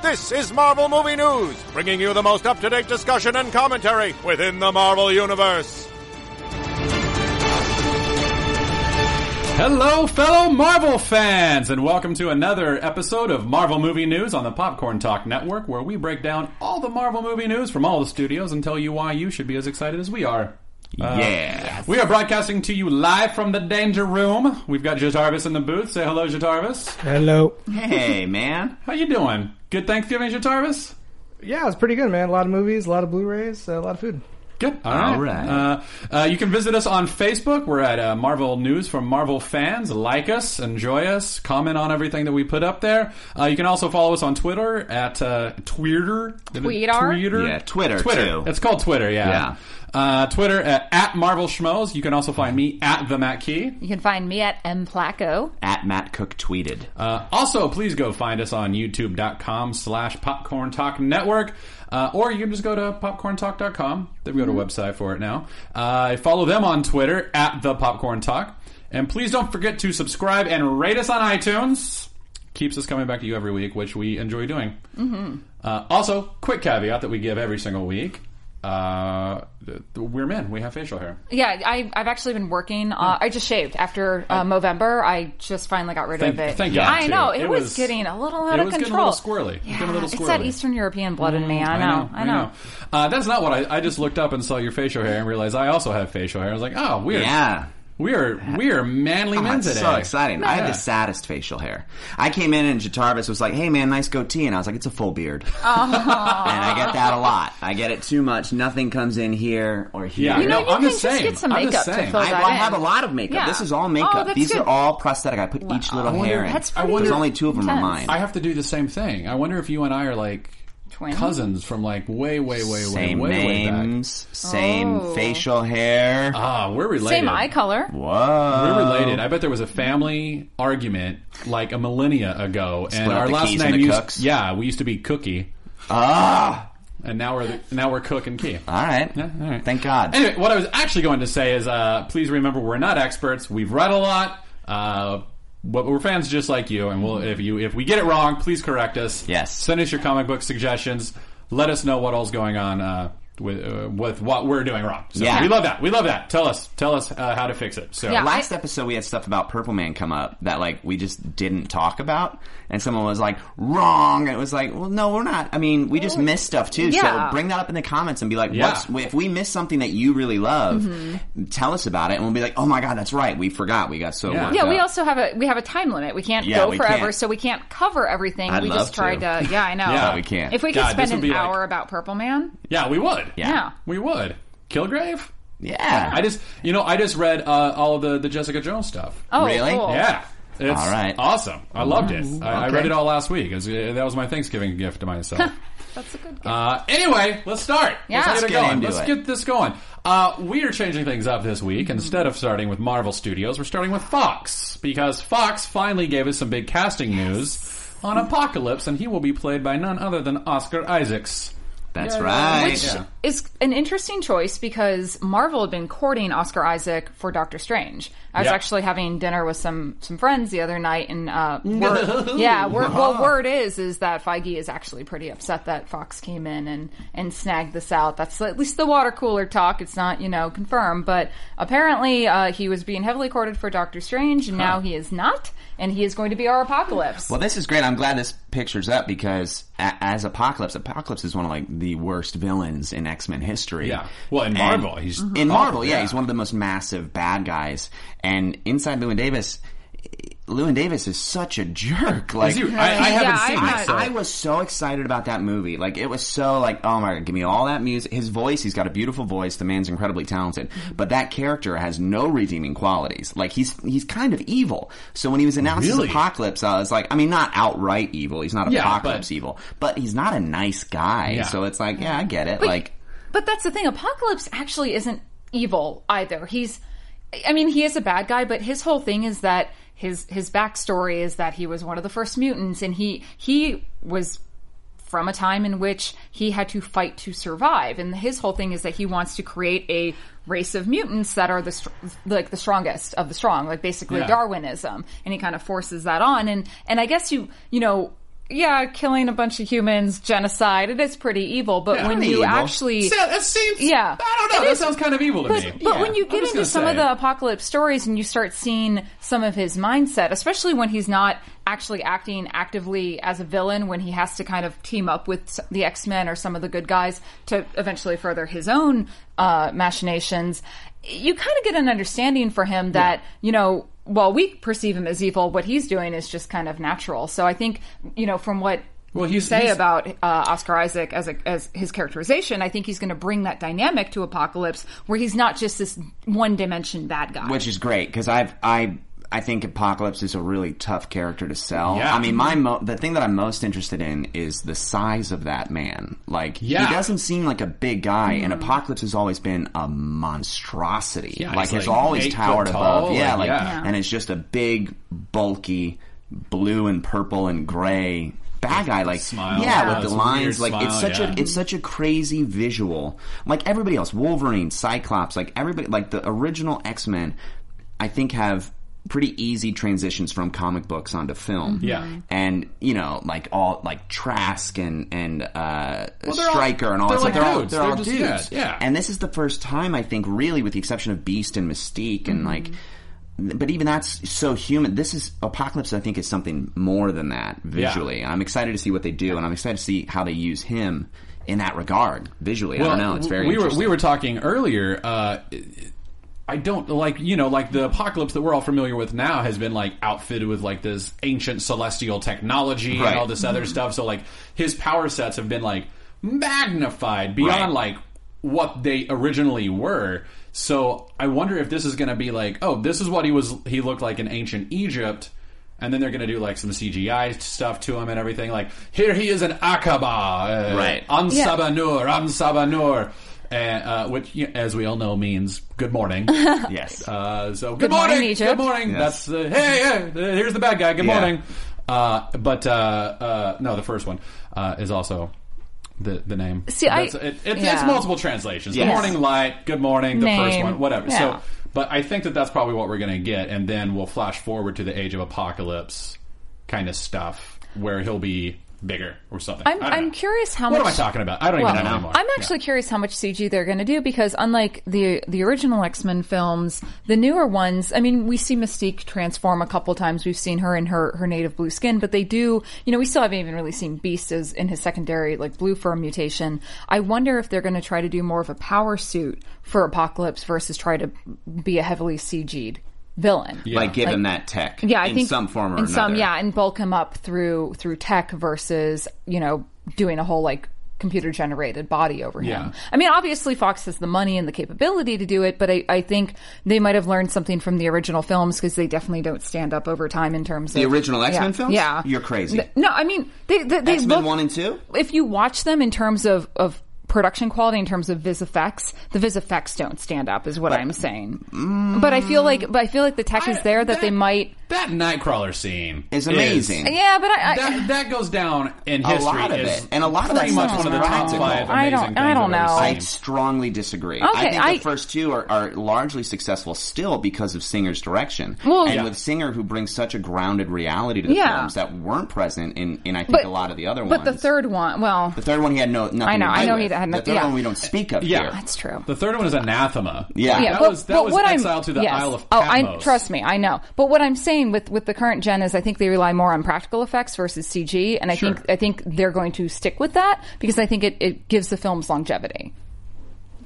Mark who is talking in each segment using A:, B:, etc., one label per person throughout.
A: this is Marvel Movie News, bringing you the most up to date discussion and commentary within the Marvel Universe.
B: Hello, fellow Marvel fans, and welcome to another episode of Marvel Movie News on the Popcorn Talk Network, where we break down all the Marvel movie news from all the studios and tell you why you should be as excited as we are. Uh,
C: Yeah.
B: We are broadcasting to you live from the Danger Room. We've got Jatarvis in the booth. Say hello, Jatarvis.
D: Hello.
C: Hey, man.
B: How you doing? Good Thanksgiving, Jatarvis.
D: Yeah, it's pretty good, man. A lot of movies, a lot of Blu-rays, uh, a lot of food.
B: Good.
C: All right.
B: Uh, uh, you can visit us on Facebook. We're at uh, Marvel News from Marvel Fans. Like us, enjoy us, comment on everything that we put up there. Uh, you can also follow us on Twitter at uh, Twitter.
E: Tweeter?
B: Twitter.
C: Yeah, Twitter,
B: Twitter.
C: too.
B: It's called Twitter. Yeah. Uh, Twitter at, at Marvel Schmoes. You can also find me at the Matt Key.
E: You can find me at M Placo.
C: At Matt Cook tweeted.
B: Uh, also, please go find us on youtube.com slash popcorn talk network. Uh, or you can just go to popcorntalk.com. They've
E: Mm-hmm.
B: got a website for it now. Uh, follow them on Twitter at the popcorn talk. And please don't forget to subscribe and rate us on iTunes. Keeps us coming back to you every week, which we enjoy doing.
E: Mm-hmm.
B: Uh, also, quick caveat that we give every single week. Uh, th- th- we're men. We have facial hair.
E: Yeah, I, I've actually been working. Uh, I just shaved after uh, Movember. I just finally got rid
B: Thank-
E: of it.
B: thank God,
E: I
B: too.
E: know it,
B: It
E: was,
B: was-
E: getting a little
B: it
E: out of
B: was getting a
E: control.
B: little squirrely. It was
E: Yeah,
B: getting a little
E: it's that
B: squirrely. Mm,
E: Eastern European blood in me. I know. I know.
B: Uh, that's not what I. I just looked up and saw your facial hair and realized I also have facial hair. I was like, oh, weird.
C: Yeah.
B: We are we are manly
C: Oh,
B: men
C: it's
B: today.
C: so exciting. I had
B: Yeah.
C: the saddest facial hair. I came in and Jatarvis was like, hey, man, nice goatee. And I was like, it's a full beard.
E: Oh.
C: and I get that a lot. I get it too much. Nothing comes in here or here.
B: Yeah,
E: You know,
B: no,
E: you
B: I'm
E: can
B: the
E: just
B: same.
E: get some
B: I'm the
E: makeup to
B: same.
E: fill
C: I,
E: that
C: I
E: in.
C: have a lot of makeup.
E: Yeah.
C: This is all makeup.
E: Oh, that's
C: These
E: good.
C: are all prosthetic. I put each little hair in.
E: That's
B: I
E: pretty
B: wonder-
C: There's only two of them are
E: intense.
C: mine.
B: I have to do the same thing. I wonder if you and I are like
E: Twins?
B: cousins from like way way way
C: same
B: way way way back.
C: names, same
E: Oh.
C: facial hair.
B: Ah, we're related.
E: Same eye color.
C: Whoa.
B: We're related. I bet there was a family argument like a millennia ago, and
C: out
B: our
C: the
B: last
C: Keys
B: name
C: and the
B: used
C: Cooks?
B: yeah, we used to be Cookie,
C: Ah.
B: and now we're the, now we're Cook and Key.
C: All right.
B: all right.
C: Thank God.
B: Anyway, what I was actually going to say is, uh, please remember we're not experts. We've read a lot, uh, but we're fans just like you. And we'll, if you if we get it wrong, please correct us.
C: Yes.
B: Send us your comic book suggestions. Let us know what all's going on uh, with uh, with what we're doing wrong. So
C: Yeah.
B: we love that. We love that. Tell us. Tell us uh, how to fix it. So
E: Yeah.
C: Last
E: I-
C: episode, we had stuff about Purple Man come up that like we just didn't talk about, and someone was like, "Wrong." And it was like, "Well, no, we're not." I mean, we just missed stuff too.
E: Yeah.
C: So bring that up in the comments and be like,
B: Yeah.
C: "What's if we miss something that you really love?
E: Mm-hmm.
C: Tell us about it, and we'll be like, "Oh my God, that's right. We forgot. We got so
B: Yeah.
C: worked
E: Yeah, we
C: up."
E: also have a we have a time limit. We can't
C: Yeah,
E: go
C: we
E: forever,
C: can't.
E: so we can't cover everything.
C: I'd
E: we
C: love
E: just tried
C: to.
E: to. Yeah, I know.
B: Yeah,
C: we can't.
E: If we could
B: God, this
E: spend
B: would be
E: an
B: like-
E: hour about Purple Man,
B: yeah, we would.
C: Yeah.
E: yeah.
B: we would. Kilgrave.
C: yeah.
B: I just you know I just read uh, all the the Jessica Jones stuff.
E: Oh,
C: Really?
E: cool.
B: Yeah. It's
C: All right.
B: awesome. I loved it. I, I
C: Okay.
B: read it all last week. It was- uh, that was my Thanksgiving gift to myself.
E: that's a good.
B: uh, anyway, let's start.
E: Yeah.
B: Let's
E: Let's
B: get it
C: get
B: going.
C: into
B: Let's
C: it.
B: get this going. Uh, we are changing things up this week. Instead of starting with Marvel Studios, we're starting with Fox because Fox finally gave us some big casting news on Apocalypse, and he will be played by none other than Oscar Isaacs.
C: that's right.
E: Which is an interesting choice because Marvel had been courting Oscar Isaac for Doctor Strange. I was
B: Yeah.
E: actually having dinner with some some friends the other night, and uh, word, yeah, word, well, word is is that Feige is actually pretty upset that Fox came in and and snagged this out. That's at least the water cooler talk. It's not you know confirmed, but apparently uh, he was being heavily courted for Doctor Strange, and now he is not, and he is going to be our Apocalypse.
C: Well, this is great. I'm glad this picture's up because a- as Apocalypse, Apocalypse is one of like the worst villains in X Men history. Mhm.
B: Yeah. Well, in Marvel, he's
C: in
B: awful,
C: Marvel. Yeah, he's one of the most massive bad guys. And inside Lewin Davis, Lewin Davis is such a jerk. Like
B: he? I- I haven't
E: Yeah, seen I'm
C: I-
E: this, so-
C: I was so excited about that movie. Like it was so like, oh my god, give me all that music. His voice, he's got a beautiful voice. The man's incredibly talented.
B: Mm-hmm.
C: But that character has no redeeming qualities. Like he's he's kind of evil. So when he was announced
B: Really?
C: as Apocalypse, I was like, I mean, not outright evil. He's not
B: Yeah, but-
C: Apocalypse evil, but he's not a nice guy.
B: Yeah.
C: So it's like, yeah, I get it. like
E: But that's the thing. Apocalypse actually isn't evil either. He's, I mean, he is a bad guy, but his whole thing is that his his backstory is that he was one of the first mutants, and he he was from a time in which he had to fight to survive, and his whole thing is that he wants to create a race of mutants that are the str- like the strongest of the strong, like basically
B: Yeah.
E: Darwinism, and he kind of forces that on, and and I guess you you know. Yeah, killing a bunch of humans, genocide, it is pretty evil, but
B: Yeah.
E: when
C: Pretty
E: you
C: evil.
E: actually
B: Yeah, that seems.
E: yeah.
B: I don't know.
E: It
B: that
E: is-
B: sounds kind of evil to
E: but,
B: me.
E: But
C: Yeah.
E: when you
B: I'm
E: get
B: just
E: into
B: gonna
E: some
B: say
E: of
B: it.
E: the apocalypse stories and you start seeing some of his mindset, especially when he's not actually acting actively as a villain, when he has to kind of team up with s- the X Men or some of the good guys to eventually further his own uh, machinations, you kind of get an understanding for him that, you know, while we perceive him as evil, what he's doing is just kind of natural. So I think, you know, from what
B: Well, he's-
E: say
B: he's-
E: about uh, Oscar Isaac as a, as his characterization, I think he's going to bring that dynamic to Apocalypse, where he's not just this one dimension bad guy.
C: which is great because I've I I think Apocalypse is a really tough character to sell.
B: Yeah.
C: I mean, my mo- the thing that I'm most interested in is the size of that man. Like,
B: Yeah.
C: he doesn't seem like a big guy, and Apocalypse has always been a monstrosity.
B: Yeah,
C: like,
B: he's
C: it's
B: like
C: always
B: eight foot
C: towered
B: tall,
C: above. Yeah,
B: and
C: like,
B: yeah.
C: and it's just a big, bulky, blue and purple and gray. Bad guy, like
B: Smile.
C: yeah,
B: Yeah,
C: with
B: it's
C: the
B: a
C: lines,
B: weird
C: like it's
B: smile,
C: such
B: yeah.
C: a it's such a crazy visual. Like everybody else, Wolverine, Cyclops, like everybody, like the original X Men, I think have pretty easy transitions from comic books onto film.
B: Yeah. Mhm.
C: and you know, like all like Trask and and uh,
B: they're all-
C: Striker and all.
B: they're
C: it's
B: like
C: they're all
B: dudes.
C: they're,
B: They're
C: all
B: just-
C: dudes.
B: yeah, yeah.
C: and this is the first time I think, really, with the exception of Beast and Mystique, and like.
B: Mm-hmm.
C: But even that's so human. This is Apocalypse. I think is something more than that visually. I'm excited to see what they do, and I'm excited to see how they use him in that regard visually. I don't know. It's very
B: we were
C: interesting.
B: we were talking earlier. Uh, I don't like you know like the apocalypse that we're all familiar with now has been like outfitted with like this ancient celestial technology
C: Right.
B: and all this other stuff. So like his power sets have been like magnified beyond
C: Right.
B: like what they originally were. So I wonder if this is going to be like oh this is what he was he looked like in ancient Egypt. And then they're going to do like some CGI stuff to him and everything. Like here he is in Akaba, uh,
C: Right.
B: on
E: Yeah.
B: Sabanur, on Sabanur, uh, uh, which, y- as we all know, means good morning.
C: yes.
B: Uh, so good,
E: morning,
B: morning,
E: Egypt.
B: good morning.
C: Yes.
B: That's uh, hey, hey, uh, here's the bad guy. Good
C: Yeah.
B: morning. Uh, but uh, uh, no, the first one uh, is also. The, the name.
E: See, I-
B: That's- it, it, It's
E: yeah.
B: multiple translations.
C: Yes.
B: Good morning, light. Good morning. The first
E: Name.
B: one, whatever.
E: Yeah.
B: So, but I think that that's probably what we're going to get, and then we'll flash forward to the Age of Apocalypse kind of stuff, where he'll be bigger or something.
E: I'm,
B: I don't
E: I'm
B: know.
E: curious how
B: What
E: much.
B: am I talking about? I don't
E: Well,
B: even know anymore.
E: I'm actually curious how much CG they're going to do because unlike the the original X Men films, the newer ones. I mean, we see Mystique transform a couple times. We've seen her in her her native blue skin, but they do. You know, we still haven't even really seen Beast as in his secondary like blue fur mutation. I wonder if they're going to try to do more of a power suit for Apocalypse versus try to be a heavily CG'd villain.
C: Like give him that tech.
E: Yeah, I
C: in
E: think
C: some form or
E: in
C: another.
E: some, yeah, and bulk him up through through tech versus you know doing a whole like computer generated body over him.
B: Yeah.
E: I mean, obviously Fox has the money and the capability to do it, but I, I think they might have learned something from the original films because they definitely don't stand up over time in terms
C: The
E: of
C: original X Men
E: yeah,
C: films.
E: Yeah,
C: You're crazy.
E: Th- No, I mean they they, they
C: X Men
E: look-
C: one and two.
E: if you watch them in terms of of production quality in terms of vis effects the vis
C: mm.
E: effects don't stand up is what i'm saying but i feel like but i feel like the tech is there that, they might
B: that Nightcrawler scene
C: It's amazing.
B: is-
E: Yeah, but I, I,
B: that, that goes down in
C: A
B: history.
C: lot of
B: as
C: it. And a lot of that
B: pretty much
C: stuff
B: one
C: is
B: of the top
C: practical.
B: five.
E: I
B: amazing
E: don't- I
B: things
E: don't
B: I've ever
E: know.
B: seen.
C: I strongly disagree. I
E: Oh. Okay,
C: think the
E: I-
C: first two are, are largely successful still because of Singer's direction.
E: Well-
C: and
E: Yeah.
C: with Singer, who brings such a grounded reality to the
E: Yeah.
C: films that weren't present in, in I think,
E: But-
C: a lot of the other
E: but
C: ones.
E: the third one, well,
C: The third one he had no nothing
E: I know,
C: to do
E: I know
C: with.
E: he had
C: The
E: nothing-
C: third
E: yeah.
C: one we don't speak of
B: Yeah.
C: here.
E: that's true.
B: The third one is Anathema.
C: Yeah.
B: that
C: Yeah,
B: was that was Exile to the
E: yes.
B: Isle of
E: Oh,
B: Patmos.
E: I trust me, I know. But what I'm saying with with the current gen is, I think they rely more on practical effects versus CG, and I
B: Sure.
E: think I think they're going to stick with that because I think it, it gives the films longevity.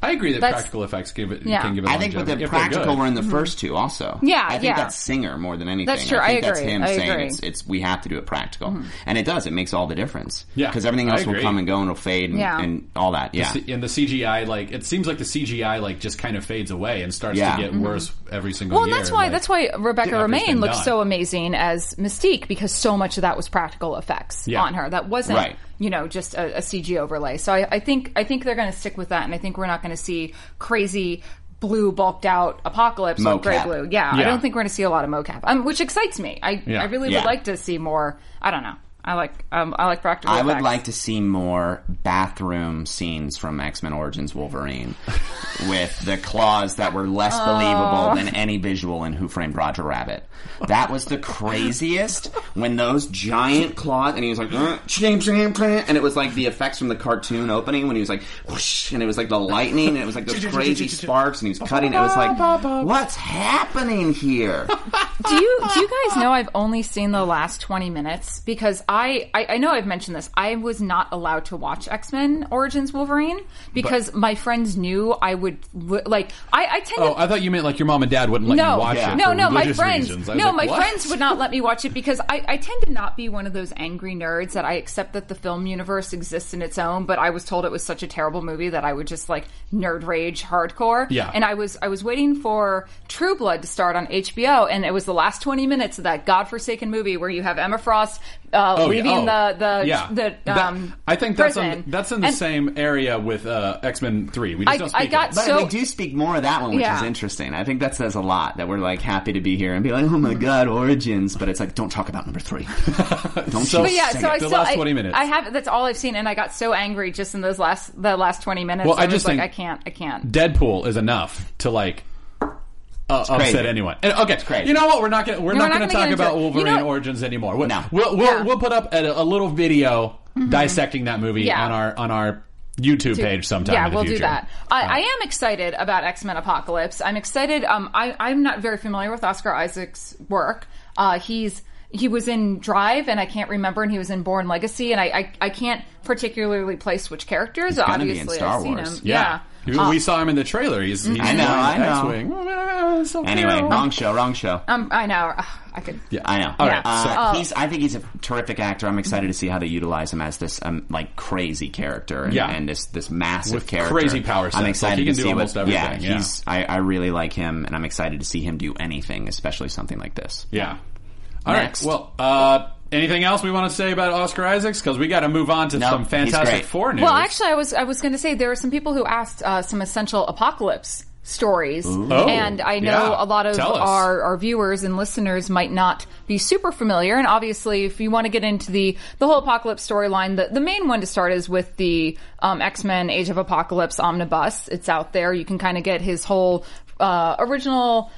B: I agree that
E: That's-
B: practical effects give it
E: Yeah.
B: can give it.
C: I think with
B: longevity
C: the
B: if they're
C: practical
B: good.
C: were in the first two also.
E: Mm-hmm. Yeah,
C: I think
E: yeah.
C: that's Singer more than anything.
E: That's true.
C: I think
E: I
C: that's
E: agree.
C: him
E: I
C: saying
E: agree. Mm-hmm.
C: it's it's we have to do it practical. And it does, it makes all the difference.
B: Yeah,
C: Because everything
B: I
C: else will
B: agree.
C: come and go and will fade and,
E: Yeah.
C: and all that. Yeah.
B: C- and the CGI like it seems like the CGI like just kind of fades away and starts
C: Yeah.
B: to get worse every single
E: Mm-hmm. Well, and
B: year.
E: that's why
B: like-
E: that's why Rebecca Romaine
B: been
E: looks
B: done.
E: so amazing as Mystique because so much of that was practical effects
B: Yeah.
E: on her. That wasn't
C: Right.
E: you know just a, a CG overlay. So I, I think I think they're going to stick with that, and I think we're not going to see crazy blue bulked out apocalypse or
C: Mocap.
E: gray blue. Yeah, I
B: Yeah.
E: don't think we're going to see a lot of mocap, um, which excites me. I
B: Yeah.
E: I really
C: Yeah.
E: would like to see more. I don't know. I like um, I like practical.
C: I would
E: effects.
C: like to see more bathroom scenes from X Men Origins Wolverine with the claws that were less believable than any visual in Who Framed Roger Rabbit. That was the craziest when those giant claws, and he was like, "Uh, ching, ching, ching," and it was like the effects from the cartoon opening when he was like, whoosh, and it was like the lightning, and it was like those crazy sparks, and he was cutting. It was like, what's happening here?
E: do you do you guys know I've only seen the last twenty minutes because I I, I know I've mentioned this. I was not allowed to watch X Men Origins Wolverine because my friends knew I would li- like I, I tend
B: Oh,
E: to.
B: I thought you meant like your mom and dad wouldn't let
E: no,
B: you watch it.
E: no,
B: for
E: no, my
B: religious
E: friends,
B: reasons. I was
E: no,
B: like,
E: my
B: what?
E: friends would not let me watch it because I, I tend to not be one of those angry nerds that I accept that the film universe exists in its own, but I was told it was such a terrible movie that I would just like nerd rage hardcore.
B: Yeah.
E: and I was I was waiting for True Blood to start on HBO, and it was the last twenty minutes of that godforsaken movie where you have Emma Frost uh,
B: Oh, yeah.
E: leaving
B: Oh,
E: the the
B: yeah.
E: the
B: That-
E: um,
B: I think that's
E: prison.
B: on, that's in the
E: And-
B: same area with uh, X Men Three. We just
E: I-
B: don't
E: I
B: speak of
E: got
B: it.
C: But
E: So-
C: we do speak more of that one, which
E: Yeah.
C: is interesting. I think that says a lot that we're like happy to be here and be like, oh my
E: Mm-hmm.
C: god, origins. But it's like, don't talk about number three. don't
B: So-
C: you
E: But yeah,
C: say
E: so
C: it.
E: I
B: The
E: still
B: last
E: I-
B: 20 minutes.
E: I have that's all I've seen, and I got so angry just in those last the last twenty minutes.
B: Well, I
E: was
B: just
E: like
B: think-
E: I can't, I can't.
B: Deadpool is enough to like uh, upset
C: crazy.
B: anyone. And, okay,
C: crazy.
B: you know what? We're not gonna we're
E: No,
B: not
E: we're
B: gonna
E: not gonna
B: talk
E: get into
B: about
E: it. You
B: Wolverine
E: know-
B: Origins anymore. We'll,
C: No.
B: we'll we'll,
E: Yeah. Mm-hmm.
B: we'll put up a, a little video dissecting that movie
E: Yeah.
B: on our on our YouTube page sometime.
E: Yeah,
B: in the
E: we'll
B: future.
E: do that. I, I am excited about X Men Apocalypse. I'm excited. Um, I, I'm not very familiar with Oscar Isaac's work. Uh, he's he was in Drive, and I can't remember, and he was in Born Legacy, and I I, I can't particularly place which characters.
C: gonna be in
E: Obviously,
C: Star
E: I've seen
C: Wars.
E: him.
B: Yeah. We-
E: Uh,
B: We saw him in the trailer. He's,
E: Mm-hmm.
B: he's
C: I know, I know.
B: X-Wing. Oh, it's so
C: Anyway,
B: cute.
C: wrong show, wrong show.
E: Um, Oh. I know. Ugh, I could.
C: I know.
B: All right,
C: Uh,
B: so-
C: he's. I think he's a terrific actor. I'm excited to see how they utilize him as this um, like crazy character and,
B: Yeah.
C: and this this massive
B: With
C: character.
B: crazy power sets.
C: I'm
B: Like,
C: excited
B: he can
C: to
B: do
C: see
B: almost
C: what,
B: everything, yeah.
C: he's. I, I really like him, and I'm excited to see him do anything, especially something like this.
B: Yeah. All right.
C: Next.
B: Well, uh, anything else we want to say about Oscar Isaacs? Because we got to move on to
C: Nope,
B: some
C: he's
B: Fantastic
C: great.
B: Four news.
E: Well, actually, I was I was going to say there were some people who asked uh, some essential apocalypse stories,
B: Oh,
E: and I know
B: yeah.
E: a lot of
B: Tell us.
E: our our viewers and listeners might not be super familiar. And obviously, if you want to get into the the whole apocalypse storyline, the the main one to start is with the um, X Men Age of Apocalypse omnibus. It's out there. You can kind of get his whole uh, original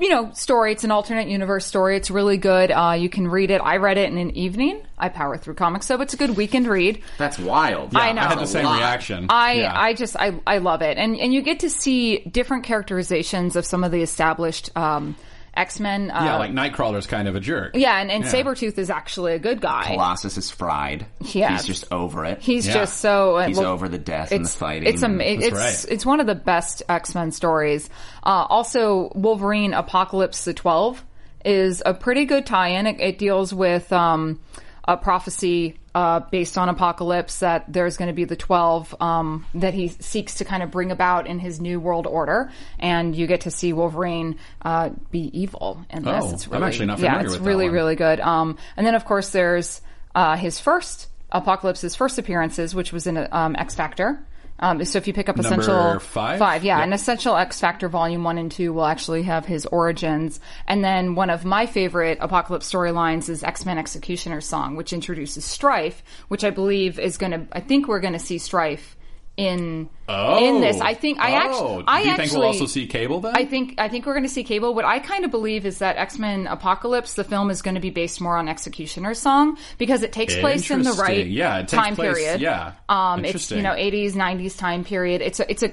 E: you know, story. It's an alternate universe story. It's really good. Uh, you can read it. I read it in an evening. I power through comics, so it's a good weekend read.
C: That's wild.
E: I know.
B: I had the same
C: Wow.
B: reaction.
E: I
B: Yeah.
E: I just I I love it, and and you get to see different characterizations of some of the established um, X Men. Uh,
B: yeah, like Nightcrawler's kind of a jerk.
E: yeah, and, and Sabretooth is actually a good guy.
C: Colossus is fried.
E: Yeah.
C: He's just over it.
E: He's
B: Yeah.
E: just so uh,
C: He's
E: well,
C: over the death and the fighting.
E: It's am-
C: and-
E: it's
B: right.
E: it's one of the best X Men stories. Uh, also, Wolverine Apocalypse the Twelve is a pretty good tie-in. It, it deals with um, a prophecy uh, based on Apocalypse that there's going to be the Twelve um, that he seeks to kind of bring about in his new world order, and you get to see Wolverine uh, be evil in this.
B: Oh,
E: it's
B: I'm
E: really,
B: actually not
E: yeah,
B: familiar
E: it's
B: with that
E: really
B: one.
E: really really good. Um, and then of course there's uh, his first Apocalypse's first appearances, which was in um, X Factor. Um, so if you pick up
B: Number
E: Essential
B: five?
E: yeah,
B: Yep.
E: and Essential X Factor Volume One and Two will actually have his origins, and then one of my favorite Apocalypse storylines is X Men Executioner's song, which introduces Strife, which I believe is going to. I think we're going to see Strife in in this. I think I
B: Oh.
E: actually. I
B: Do you
E: actually,
B: think we'll also see Cable then?
E: I think I think we're going to see Cable. What I kind of believe is that X Men Apocalypse, the film, is going to be based more on Executioner's Song because it takes place in the
B: Interesting.
E: right
B: Yeah, it takes
E: time
B: place-
E: period.
B: yeah.
E: um, it's you
B: Interesting.
E: know eighties nineties time period. It's a it's a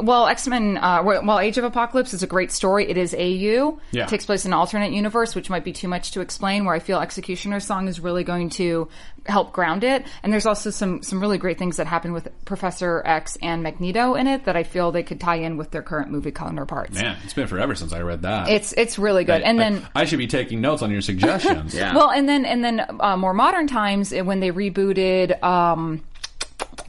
E: well X Men uh, well Age of Apocalypse is a great story. It is AU.
B: Yeah.
E: It takes place in an alternate universe, which might be too much to explain. Where I feel Executioner's Song is really going to help ground it. And there's also some some really great things that happen with Professor X and Magneto in it that I feel they could tie in with their current movie counterparts.
B: Man, it's been forever since I read that.
E: It's it's really good. and
B: I-
E: then
B: I, should be taking notes on your suggestions. yeah.
E: well, and then and then uh, more modern times uh, when they rebooted. Um,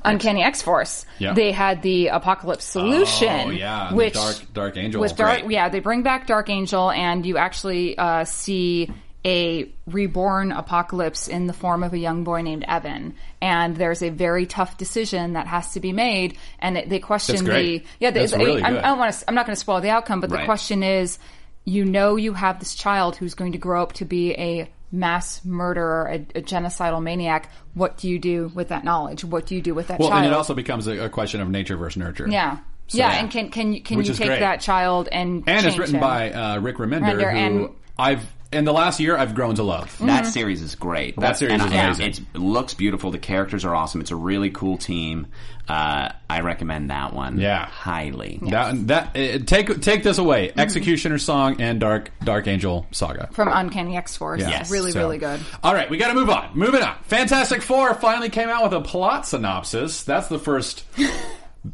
E: Uncanny X Force.
B: Yeah.
E: They had the Apocalypse Solution,
B: Oh, yeah, the
E: which
B: Dark- Dark Angel.
E: was dark.
B: Right.
E: Yeah, they bring back Dark Angel, and you actually uh, see a reborn Apocalypse in the form of a young boy named Evan. And there's a very tough decision that has to be made, and it, they question
B: That's great.
E: the yeah. they-
B: That's
E: I,
B: really
E: I,
B: good.
E: I don't want to. I'm not going to spoil the outcome, but
C: Right.
E: the question is you know you have this child who's going to grow up to be a mass murderer, a, a genocidal maniac. What do you do with that knowledge? What do you do with that
B: Well,
E: child?
B: and it also becomes a, a question of nature versus nurture.
E: yeah.
B: So-
E: yeah, and can can you can
B: Which
E: you
B: is
E: take
B: great.
E: that child and
B: And it's
E: change
B: written
E: him?
B: by uh, Rick Remender,
E: Remender
B: who
E: and-
B: I've in the last year I've grown to love.
C: That series is great. That,
B: series
C: and
B: is
C: I-
B: amazing.
C: It's, it looks beautiful. The characters are awesome. It's a really cool team. Uh, I recommend that one.
B: Yeah.
C: highly.
B: That that eh, take take this away.
E: Mm-hmm.
B: Executioner song and Dark Dark Angel saga.
E: from Uncanny X Force.
B: Yes.
E: Really,
B: So-
E: really good.
B: All right, we got to move on. Moving on. Fantastic Four finally came out with a plot synopsis. That's the first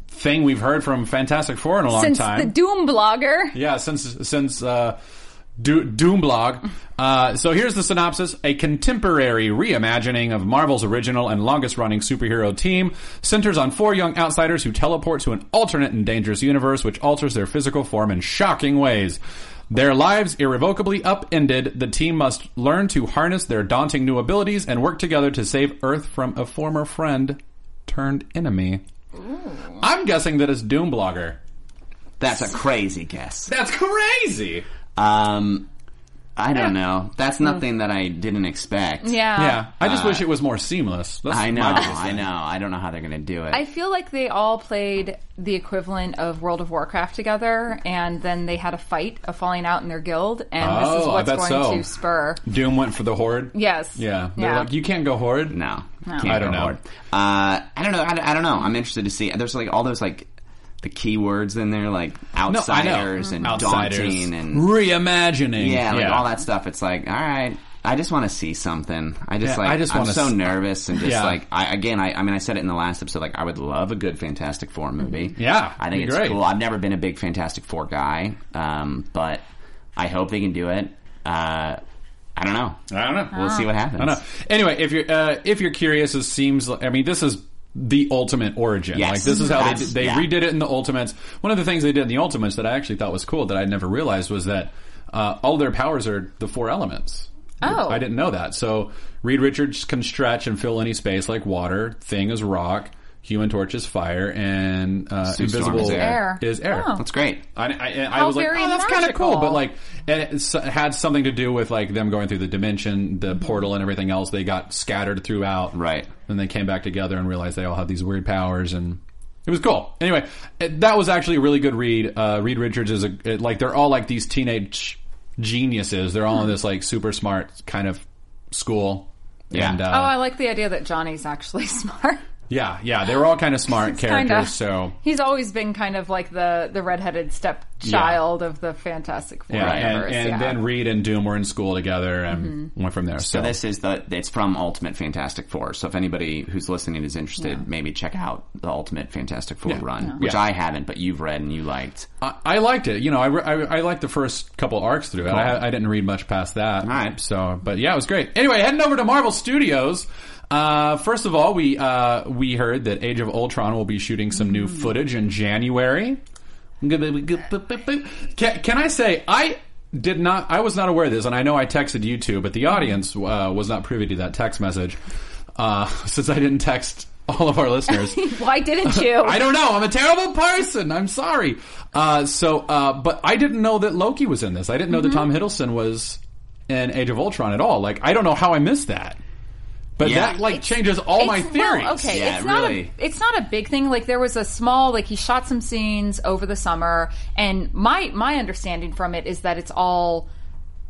B: thing we've heard from Fantastic Four in a long
E: Since
B: time.
E: the Doom blogger.
B: Yeah, since since uh, Do- Doomblog. Uh, so here's the synopsis: A contemporary reimagining of Marvel's original and longest-running superhero team centers on four young outsiders who teleport to an alternate and dangerous universe, which alters their physical form in shocking ways. Their lives irrevocably upended, the team must learn to harness their daunting new abilities and work together to save Earth from a former friend turned enemy. I'm guessing that it's Doomblogger.
C: That's a crazy guess.
B: That's crazy.
C: Um, I don't know. That's nothing that I didn't expect.
E: Hmm. Yeah.
B: Yeah, I just wish it was more seamless. That's
C: Uh, I know.
B: my biggest
C: I
B: thing.
C: know. I don't know how they're going to do it.
E: I feel like they all played the equivalent of World of Warcraft together, and then they had a fight, a falling out in their guild, and this is
B: Oh, I
E: what's
B: bet
E: going
B: so.
E: to spur.
B: Doom went for the horde.
E: Yes.
B: Yeah, they're
E: Yeah.
B: like you can't go horde.
C: No, can't
B: I don't
C: go
B: know.
C: hard. Uh, I don't know. I, I don't know. I'm interested to see. There's like all those like the keywords in there, like
B: no, I know.
C: outsiders and
B: Outsiders.
C: daunting and
B: reimagining.
C: yeah, like all that stuff. It's like all right. I just want to see something. I just
B: Yeah,
C: like.
B: I just
C: I'm
B: wanna
C: so
B: s-
C: nervous and just
B: Yeah.
C: like. I again. I, I mean, I said it in the last episode. Like, I would love a good Fantastic Four movie.
B: Yeah,
C: I think
B: be
C: it's
B: great.
C: cool. I've never been a big Fantastic Four guy, um, but I hope they can do it. Uh, I don't know.
B: I don't know.
C: We'll see what happens.
B: I don't know. Anyway, if you're uh, if you're curious, it seems. like- I mean, this is the ultimate origin.
C: Yes.
B: Like this is how they,
C: That's-
B: did- they
C: yeah.
B: redid it in the Ultimates. One of the things they did in the Ultimates that I actually thought was cool that I never realized was that uh, all their powers are the four elements.
E: Oh.
B: I didn't know that. So Reed Richards can stretch and fill any space like water. Thing is rock. Human Torch is fire, and uh,
C: Sue Storm
B: Invisible
C: is air.
B: is air.
E: Oh.
C: That's great.
B: I, I, I
E: How
B: was like,
E: very
B: oh, that's kind of cool,
E: magical.
B: but like, it s- had something to do with like them going through the dimension,
E: Mm-hmm.
B: the portal, and everything else. They got scattered throughout,
C: Right.
B: Then they came back together and realized they all had these weird powers, and it was cool. Anyway, it, that was actually a really good read. Uh, Reed Richards is a it- like they're all like these teenage geniuses. They're
E: Mm-hmm.
B: all in this like super smart kind of school,
C: Yeah.
B: And, uh,
E: Oh, I like the idea that Johnny's actually smart.
B: yeah, yeah, they were all kind of smart characters.
E: Kinda.
B: So
E: He's always been kind of like the the redheaded stepchild of the Fantastic Four
B: Yeah, and,
E: universe.
B: and
E: yeah. Mm-hmm.
B: then Reed and Doom were in school together and went from there. So,
C: So this is the it's from Ultimate Fantastic Four. So if anybody who's listening is interested, maybe check out the Ultimate Fantastic Four run, which
B: Yeah.
C: I haven't, but you've read and you liked.
B: I, I liked it. You know, I, re- I, I liked the first couple arcs through it. I, I didn't read much past that.
C: right.
B: So, but yeah, it was great. Anyway, heading over to Marvel Studios. Uh, first of all, we uh, we heard that Age of Ultron will be shooting some new footage in January. Can, can I say I did not? I was not aware of this, and I know I texted you two, but the audience uh, was not privy to that text message uh, since I didn't text all of our listeners.
E: Why didn't you?
B: I don't know. I'm a terrible person. I'm sorry. Uh, so, uh, but I didn't know that Loki was in this. I didn't know that
E: Mm-hmm.
B: Tom Hiddleston was in Age of Ultron at all. Like, I don't know how I missed that. But
C: Yeah.
B: that like changes all my
E: It's-
B: theories.
E: Well, okay,
C: Yeah,
E: it's not
C: really.
E: a it's not a big thing. Like there was a small like he shot some scenes over the summer, and my my understanding from it is that it's all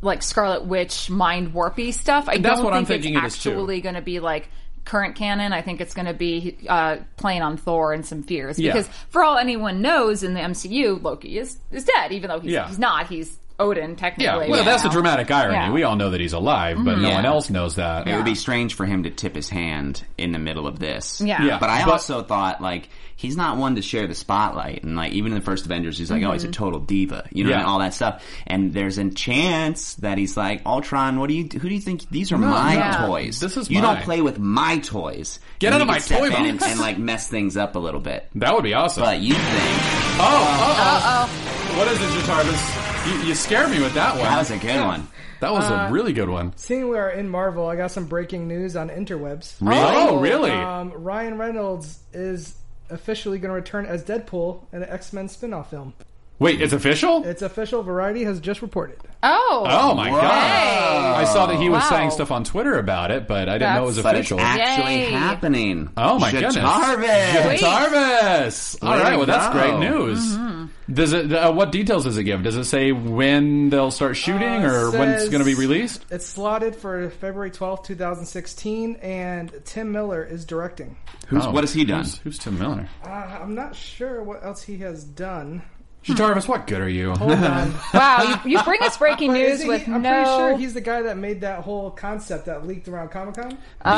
E: like Scarlet Witch mind warpy stuff. I
B: That's
E: don't
B: what
E: think
B: I'm thinking
E: it's
B: it is, too.
E: actually going to be like current canon. I think it's going to be uh, playing on Thor and some fears
B: Yeah.
E: because for all anyone knows in the MCU, Loki is is dead, even though he's,
B: Yeah.
E: he's not. He's Odin technically.
B: Yeah, well,
E: right
B: that's the
E: now.
B: dramatic irony.
E: Yeah.
B: We all know that he's alive, but no
C: Yeah.
B: one else knows that.
C: It would be strange for him to tip his hand in the middle of this.
E: Yeah. Yeah.
C: But I
B: But-
C: also thought like he's not one to share the spotlight, and like even in the first Avengers, he's like, oh, he's a
B: Mm-hmm.
C: total diva, you know,
B: Yeah.
C: and all that stuff. And there's a chance that he's like, Ultron, what do you? Who do you think these are? my
E: no.
C: toys.
B: This is
C: you
B: mine."
C: don't play with my toys.
B: Get
C: And
B: out
C: he
B: of my
C: can step
B: toy
C: in and,
B: box.
C: and like mess things up a little bit.
B: That would be awesome.
C: But you think
B: oh, uh oh. What is it, Jatarbis? You, you scared me with that one.
C: that was a good one?
B: that was
E: Uh,
B: a really good one.
D: Seeing we are in Marvel, I got some breaking news on interwebs.
B: Oh, really?
D: Um, Ryan Reynolds is officially going to return as Deadpool in an X Men spin off film.
B: Wait, it's official?
D: It's official. Variety has just reported.
E: Oh,
B: oh, my God. I saw that he was
E: Wow.
B: saying stuff on Twitter about it, but I didn't know it was
E: That's-
C: But it's
B: official.
C: actually
E: Yay.
C: happening.
B: Oh my
C: Shit,
B: goodness.
C: Jarvis.
B: Jatarbis! All
C: Way
B: right,
C: to
B: well, that's
C: go.
B: great news.
E: Mm-hmm.
B: Does it? Uh, what details does it give? Does it say when they'll start shooting
D: Uh,
B: or when it's
D: says-
B: going to be released?
D: It's slotted for February twelfth, two 2016, and Tim Miller is directing.
C: Who's,
B: Oh,
C: what has he done?
B: Who's, who's Tim Miller?
D: Uh, I'm not sure what else he has done.
B: Jatarbis, what good are you?
E: Wow, you, you bring us breaking
D: But
E: news
D: isn't
E: with
D: he, I'm
E: no.
D: pretty sure he's the guy that made that whole concept that leaked around Comic Con.
B: Oh.
C: uh,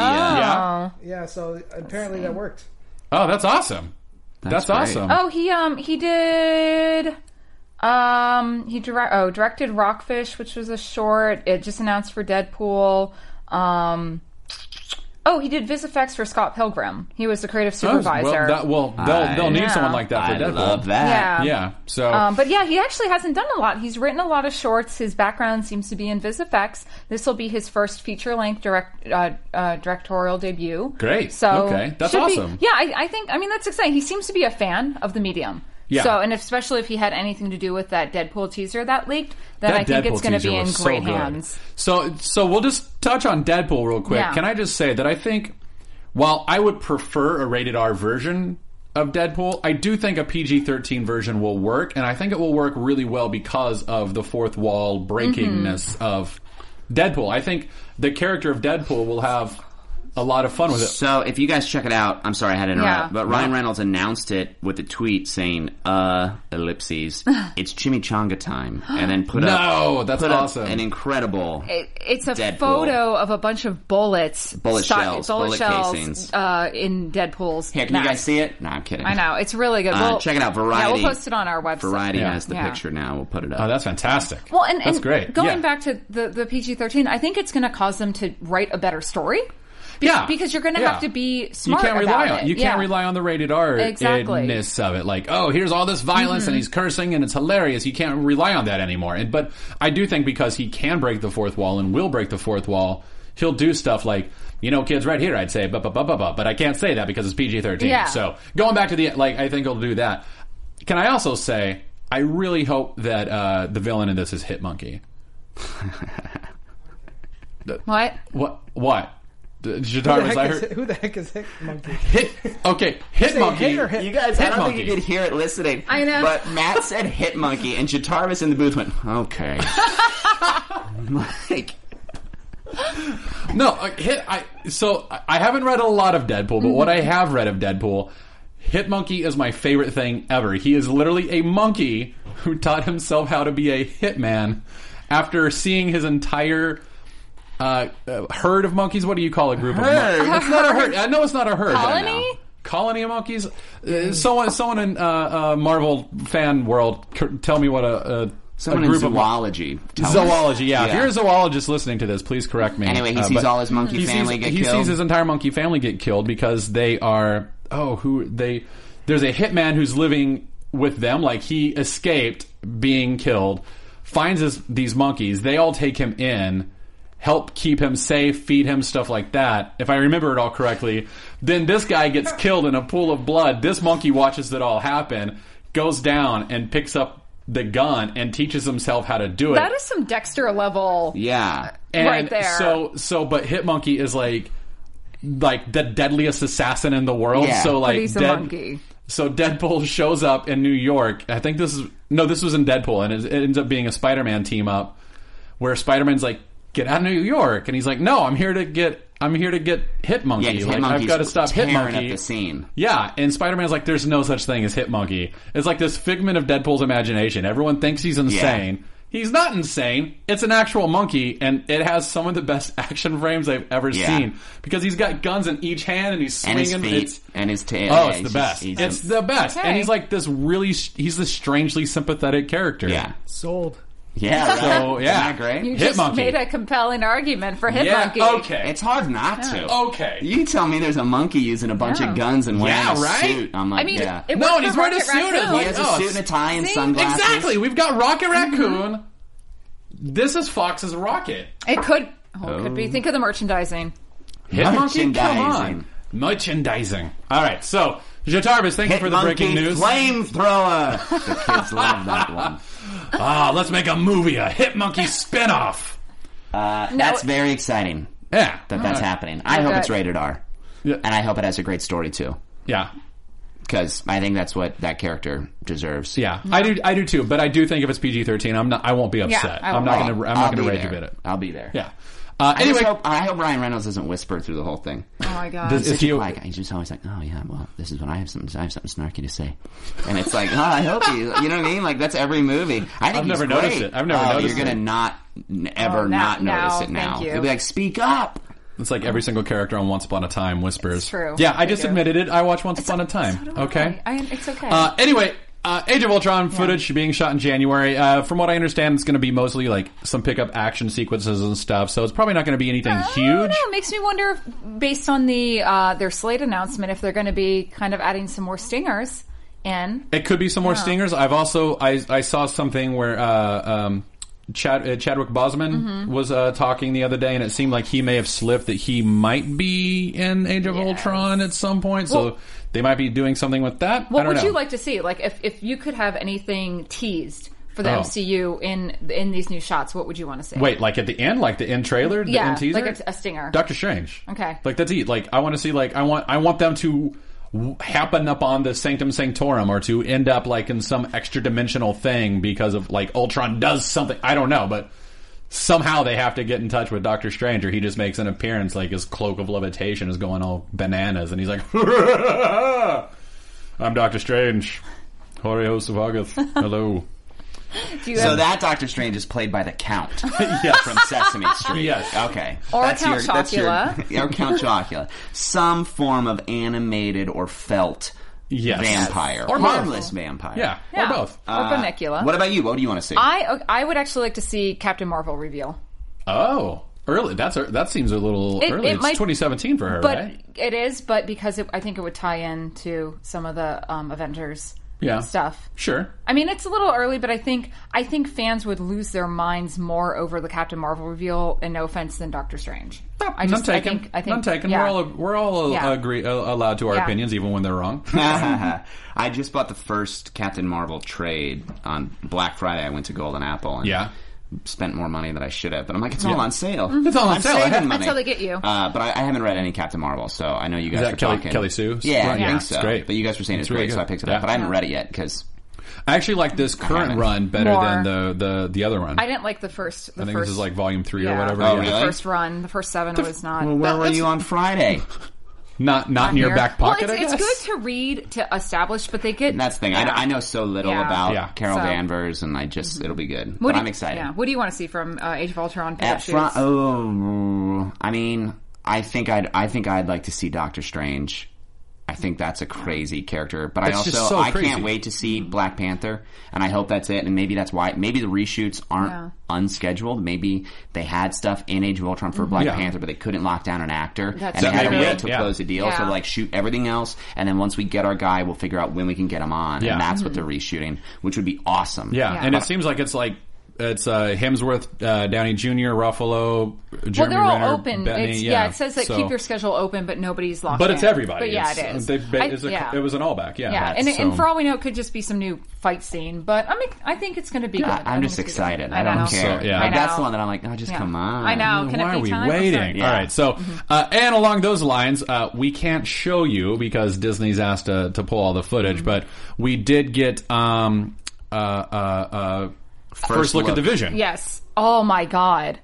B: Yeah.
D: Yeah, so apparently that worked.
B: Oh, that's awesome. That's,
C: That's great.
B: awesome.
E: Oh, he um he did um he direct oh directed Rockfish, which was a short. It just announced for Deadpool. Um oh he did vis effects for Scott Pilgrim. He was the creative
B: Oh,
E: supervisor.
B: Well, that, well they'll, they'll need
E: Yeah.
B: someone like that
C: I
B: for Deadpool.
C: love that.
E: yeah.
B: Yeah. So,
E: Um, but yeah, he actually hasn't done a lot. He's written a lot of shorts. His background seems to be in VisFX. This will be his first feature-length direct uh, uh, directorial debut.
B: Great.
E: So
B: Okay. That's
E: should be-
B: awesome.
E: yeah, I, I think. I mean, that's exciting. He seems to be a fan of the medium.
B: Yeah.
E: So, and especially if he had anything to do with that Deadpool teaser that leaked, then
B: that
E: I think
B: Deadpool
E: it's going to
B: teaser
E: be in
B: was so
E: great
B: good.
E: hands.
B: So, so we'll just touch on Deadpool real quick.
E: Yeah.
B: Can I just say that I think, while I would prefer a rated R version of Deadpool, I do think a PG 13 version will work, and I think it will work really well because of the fourth wall breakingness
E: Mm-hmm.
B: of Deadpool. I think the character of Deadpool will have a lot of fun with it.
C: So if you guys check it out, I'm sorry I had to interrupt,
E: Yeah.
C: but Ryan Reynolds announced it with a tweet saying, "Uh, ellipses, it's chimichanga time," and then put
B: No,
C: up,
B: that's
C: put up
B: awesome.
C: an incredible.
E: It, it's a
C: Deadpool.
E: photo of a bunch of bullets,
C: Bullet
E: shot-
C: shells,
E: bullet,
C: bullet
E: shells
C: casings.
E: uh, in Deadpool's.
C: Here, can you
E: mask.
C: guys see it? No, I'm kidding.
E: I know it's really good.
C: Uh,
E: We'll-
C: check it out.
E: Yeah,
C: Variety.
E: we'll post it on our website.
C: Variety
B: Yeah.
C: has the
E: Yeah.
C: picture now. We'll put it up.
B: Oh, that's fantastic.
E: Well, and,
B: that's
E: and
B: great.
E: going
B: Yeah.
E: back to the, the PG 13, I think it's going to cause them to write a better story.
B: Yeah,
E: because you're gonna have to be smart
B: You can't
E: about
B: rely on
E: it.
B: you can't
E: Yeah.
B: rely on the rated R
E: Exactly. Mm-hmm.
B: ness of it. Like, oh, here's all this violence and he's cursing and it's hilarious. You can't rely on that anymore. And but I do think because he can break the fourth wall and will break the fourth wall, he'll do stuff like you know, kids, right here, I'd say, but but but but but, but I can't say that because it's PG thirteen.
E: Yeah.
B: So going back to the like, I think he'll do that. Can I also say? I really hope that uh, the villain in this is Hit Monkey.
E: What?
B: What? What? The-
D: Who
B: Jadar
D: the,
B: was I
D: heck is,
B: heard.
D: who the heck is Hick Monkey?
B: Hit. Okay, Hit Monkey.
D: hit or hit?
C: you guys, I
B: Hit
C: don't
B: monkey.
C: think you could hear it listening.
E: I know.
C: But Matt said "hit monkey," and Jatarvis in the booth went, "Okay." like,
B: No, uh, hit. I so I- I haven't read a lot of Deadpool, but what
C: Mm-hmm.
B: I have read of Deadpool, Hit Monkey is my favorite thing ever. He is literally a monkey who taught himself how to be a hitman after seeing his entire. Uh, uh, herd of monkeys. What do you call a group
C: Herd.
B: of monkeys? It's not a herd. I know it's not a herd.
E: Colony?
B: I know. Colony of monkeys. Uh, someone, someone in uh, uh, Marvel fan world, c- tell me what a, a, a
C: someone
B: group
C: in
B: of mon-
C: zoology. tell us.
B: Zoology, yeah. If
C: Yeah.
B: you're a zoologist listening to this, please correct me.
C: Anyway, he
B: Uh,
C: sees
B: but
C: all his monkey
B: he sees-
C: family get
B: He
C: killed.
B: sees his entire monkey family get killed because they are oh who they there's a hitman who's living with them like he escaped being killed finds his, these monkeys they all take him in help keep him safe, feed him stuff like that. If I remember it all correctly, then this guy gets killed in a pool of blood. This monkey watches it all happen, goes down and picks up the gun and teaches himself how to do it.
E: That is some Dexter level
C: Yeah.
B: and
E: right there.
B: So so but Hitmonkey is like like the deadliest assassin in the world.
C: Yeah.
B: So
C: But
B: like
E: he's a
B: Dead-
E: monkey.
B: So Deadpool shows up in New York. I think this is no, this was in Deadpool, and it, it ends up being a Spider-Man team up where Spider-Man's like, "Get out of New York," and he's like, "No, I'm here to get, I'm here to get Hitmonkey.
C: Yeah, 'cause
B: like, I've
C: Hitmonkey's
B: got to stop
C: tearing
B: Hitmonkey."
C: up the scene.
B: Yeah, and Spider-Man's like, "There's no such thing as Hitmonkey." It's like this figment of Deadpool's imagination. Everyone thinks he's insane. He's not insane. It's an actual monkey, and it has some of the best action frames I've ever
C: Yeah.
B: seen because he's got guns in each hand and he's
C: And
B: swinging.
C: his
B: It's-
C: feet and his tail.
B: Oh,
C: Yeah,
B: it's the
C: he's
B: best.
C: just- he's
B: it's
C: a-
B: the best.
E: Okay.
B: And he's like this really, he's this strangely sympathetic character.
C: yeah.
D: Sold.
C: Yeah. Right?
B: So, yeah.
C: Isn't that great?
E: You
B: Hitmonkey.
E: just made a compelling argument for
B: Yeah.
E: Hitmonkey.
B: Okay. Oh.
C: It's hard not to.
B: okay.
C: You tell me there's a monkey using a bunch
E: Yeah.
C: of guns and wearing
B: Yeah,
C: a
B: right?
C: suit. I'm like,
E: I mean,
C: yeah.
E: it
B: No,
E: worked
B: and he's
E: for
B: wearing a
E: Rocket
B: suit as
E: Raccoon.
C: he has
B: oh,
C: a suit and a tie and
E: see?
C: sunglasses.
B: exactly. We've got Rocket Raccoon. This is Fox's Rocket.
E: It could. Oh, it could be. Think of the merchandising.
B: Hitmonkey, come on.
C: Merchandising.
B: Merchandising. All right. So, Jotarbus, thank you for the breaking
C: Monkey
B: news.
C: Flamethrower. the kids love that one.
B: Ah, let's make a movie, a Hitmonkey spinoff.
C: Uh, that's very exciting
B: Yeah.
C: that that's happening. I hope it's rated R,
B: Yeah.
C: and I hope it has a great story too,
B: Yeah.
C: because I think that's what that character deserves.
B: Yeah, I do. I do too. But I do think if it's PG thirteen, I'm not. I won't be upset.
E: I
B: I'm
E: won't
B: not
E: be.
B: going to. I'm
C: I'll
B: not going
C: be
B: to rage
C: there.
B: about it.
C: I'll be there.
B: Yeah. Uh,
C: I,
B: anyway,
C: just hope, I hope Ryan Reynolds doesn't whisper through the whole thing.
E: Oh my god.
B: does- if you
C: like he's just always like, oh yeah, well, this is what I have something. I have something snarky to say, and it's like, oh, I hope you. You know what I mean? Like that's every movie. I think
B: I've never
C: he's
B: noticed
C: great.
B: it. I've never
C: Oh,
B: noticed
C: You're
B: it. Oh,
C: gonna not n- ever
E: now-
C: not notice
E: now,
C: it now.
E: thank you.
C: You'll be like, speak up.
B: It's like every single character on Once Upon a Time whispers.
E: It's true.
B: Yeah, I
E: They
B: just
E: do.
B: admitted it. I watched Once Upon a Time.
E: So do
B: okay.
E: I. I- it's okay.
B: Uh, anyway, uh, Age of Ultron footage being shot in January. Uh, from what I understand, it's going to be mostly like some pickup action sequences and stuff. So it's probably not going to be anything
E: I don't
B: huge.
E: know. It makes me wonder, if, based on the uh, their slate announcement, if they're going to be kind of adding some more stingers in.
B: It could be some more stingers. I've also I I saw something where uh, um, Chad, uh, Chadwick Boseman
E: Mm-hmm.
B: was uh, talking the other day, and it seemed like he may have slipped that he might be in Age of Ultron at some point. So
E: Well-
B: they might be doing something with that. I
E: What
B: don't
E: would
B: know.
E: you like to see? Like, if, if you could have anything teased for the
B: Oh.
E: MCU in in these new shots, what would you want to see?
B: Wait, like at the end, like the end trailer, the
E: Yeah,
B: end teaser,
E: like a- a stinger.
B: Doctor Strange.
E: Okay.
B: like that's it. Like I want to see, like I want, I want them to w- happen upon the Sanctum Sanctorum or to end up like in some extra dimensional thing because of like Ultron does something. I don't know, but somehow they have to get in touch with Doctor Strange, or he just makes an appearance. Like his cloak of levitation is going all bananas, and he's like, "I'm Doctor Strange, Horio Savagath. Hello."
E: Do you
C: So
E: have,
C: that Doctor Strange is played by the Count from Sesame Street.
B: Yes.
C: Okay.
E: Or Count
C: your, or Count Chocula. Some form of animated or felt
B: Yes.
C: vampire.
B: Or both.
C: harmless vampire.
B: Yeah,
E: yeah,
B: or both.
E: or Vernicula.
C: Uh, What about you? What do you want to see?
E: I I would actually like to see Captain Marvel reveal.
B: Oh, early. That's ear- that seems a little
E: It-
B: early.
E: it
B: it's
E: might-
B: 2017 for her,
E: But
B: right?
E: it is, but because it, I think it would tie in to some of the um, Avengers
B: Yeah.
E: stuff.
B: Sure.
E: I mean, it's a little early, but I think I think fans would lose their minds more over the Captain Marvel reveal. And no offense, than Doctor Strange. I just
B: None taken.
E: I think I think
B: None taken.
E: yeah.
B: We're all we're all
E: Yeah.
B: agree uh, allowed to our
E: Yeah.
B: opinions, even when they're wrong.
C: I just bought the first Captain Marvel trade on Black Friday. I went to Golden Apple and
B: Yeah.
C: spent more money than I should have, but I'm like, it's all on sale.
B: It's all on
C: I'm
B: sale.
C: saving
B: That's
C: money.
E: how they get you.
C: Uh, but I, I haven't read any Captain Marvel, so I know you guys
B: that
C: were
B: Kelly-
C: talking.
B: Kelly Sue?
C: Yeah,
B: Right,
C: I
B: yeah.
C: think
B: It's
C: so.
B: great.
C: But you guys were saying it's,
B: It's really
C: great, so
B: good.
C: I picked it
B: Yeah.
C: up. But I haven't read it yet because
B: I actually like this current
C: haven't.
B: run better
E: More.
B: than the, the the other run.
E: I didn't like the first. The
B: I think
E: first,
B: this is like volume three or
E: yeah,
B: whatever.
C: Oh,
B: yeah.
E: The
C: really?
E: first run, the first seven was not.
C: well, where were you on Friday?
B: Not not in your
E: here.
B: back pocket.
E: Well, it's,
B: I guess.
E: it's good to read to establish, but they get
C: And that's the thing. I-
E: Yeah.
C: I, know so little
E: Yeah.
C: about
B: Yeah.
C: Carol
E: So- Mm-hmm.
C: Danvers, and I just it'll be good.
E: What
C: but
E: do
C: I'm
E: you-
C: excited.
E: Yeah. What do you want to see from uh, Age of Ultron?
C: At
E: Pickup
C: front,
E: shoots?
C: oh, I mean, I think I'd, I think I'd like to see Doctor Strange. I think that's a crazy character, but I
B: That's
C: also,
B: just so
C: I
B: crazy. Mm-hmm.
C: can't wait to see Black Panther, and I hope that's it. And maybe that's why, maybe the reshoots aren't
E: Yeah.
C: unscheduled. Maybe they had stuff in Age of Ultron for Black
B: Mm-hmm. Yeah.
C: Panther, but they couldn't lock down an actor,
E: That's
C: and they
E: true.
C: had to
B: Maybe
C: wait
B: it-
C: to
B: yeah.
C: close the deal. So
E: Yeah.
C: like shoot everything else, and then once we get our guy, we'll figure out when we can get him on,
B: Yeah. Mm-hmm.
C: and that's what they're reshooting, which would be awesome.
B: Yeah,
E: Yeah.
B: and it seems like it's like It's uh, Hemsworth, uh, Downey Jr., Ruffalo, Jeremy
E: well, they're all
B: Renner,
E: open.
B: Bettany,
E: it's, yeah.
B: yeah.
E: it says that
B: so-
E: keep your schedule open, but nobody's locked.
B: But it's
E: in.
B: everybody.
E: But yeah,
B: it's,
E: it is.
B: They, they,
E: I-
B: it's a-
E: yeah.
B: It was an all back. Yeah.
E: yeah, and,
B: so-
E: and for all we know, it could just be some new fight scene. But I mean, I think it's going to be. good. I
C: I'm
E: think
C: just
E: it's gonna be
C: excited.
E: good.
C: I, don't
E: know.
C: care.
B: So, yeah.
C: Like,
B: I
C: that's
E: know.
C: the one that I'm like, oh, just
E: Yeah.
C: come on.
E: I know. Can
B: Why are
E: it be
B: we
E: time? I'm sorry. Mm-hmm.
B: waiting?
C: Yeah.
B: All right. So, uh, and along those lines, uh, we can't show you because Disney's asked to, to pull all the footage,
E: Mm-hmm.
B: but we did get um, uh, uh, uh, first, look, at
C: look.
B: the vision.
E: Yes. Oh my god.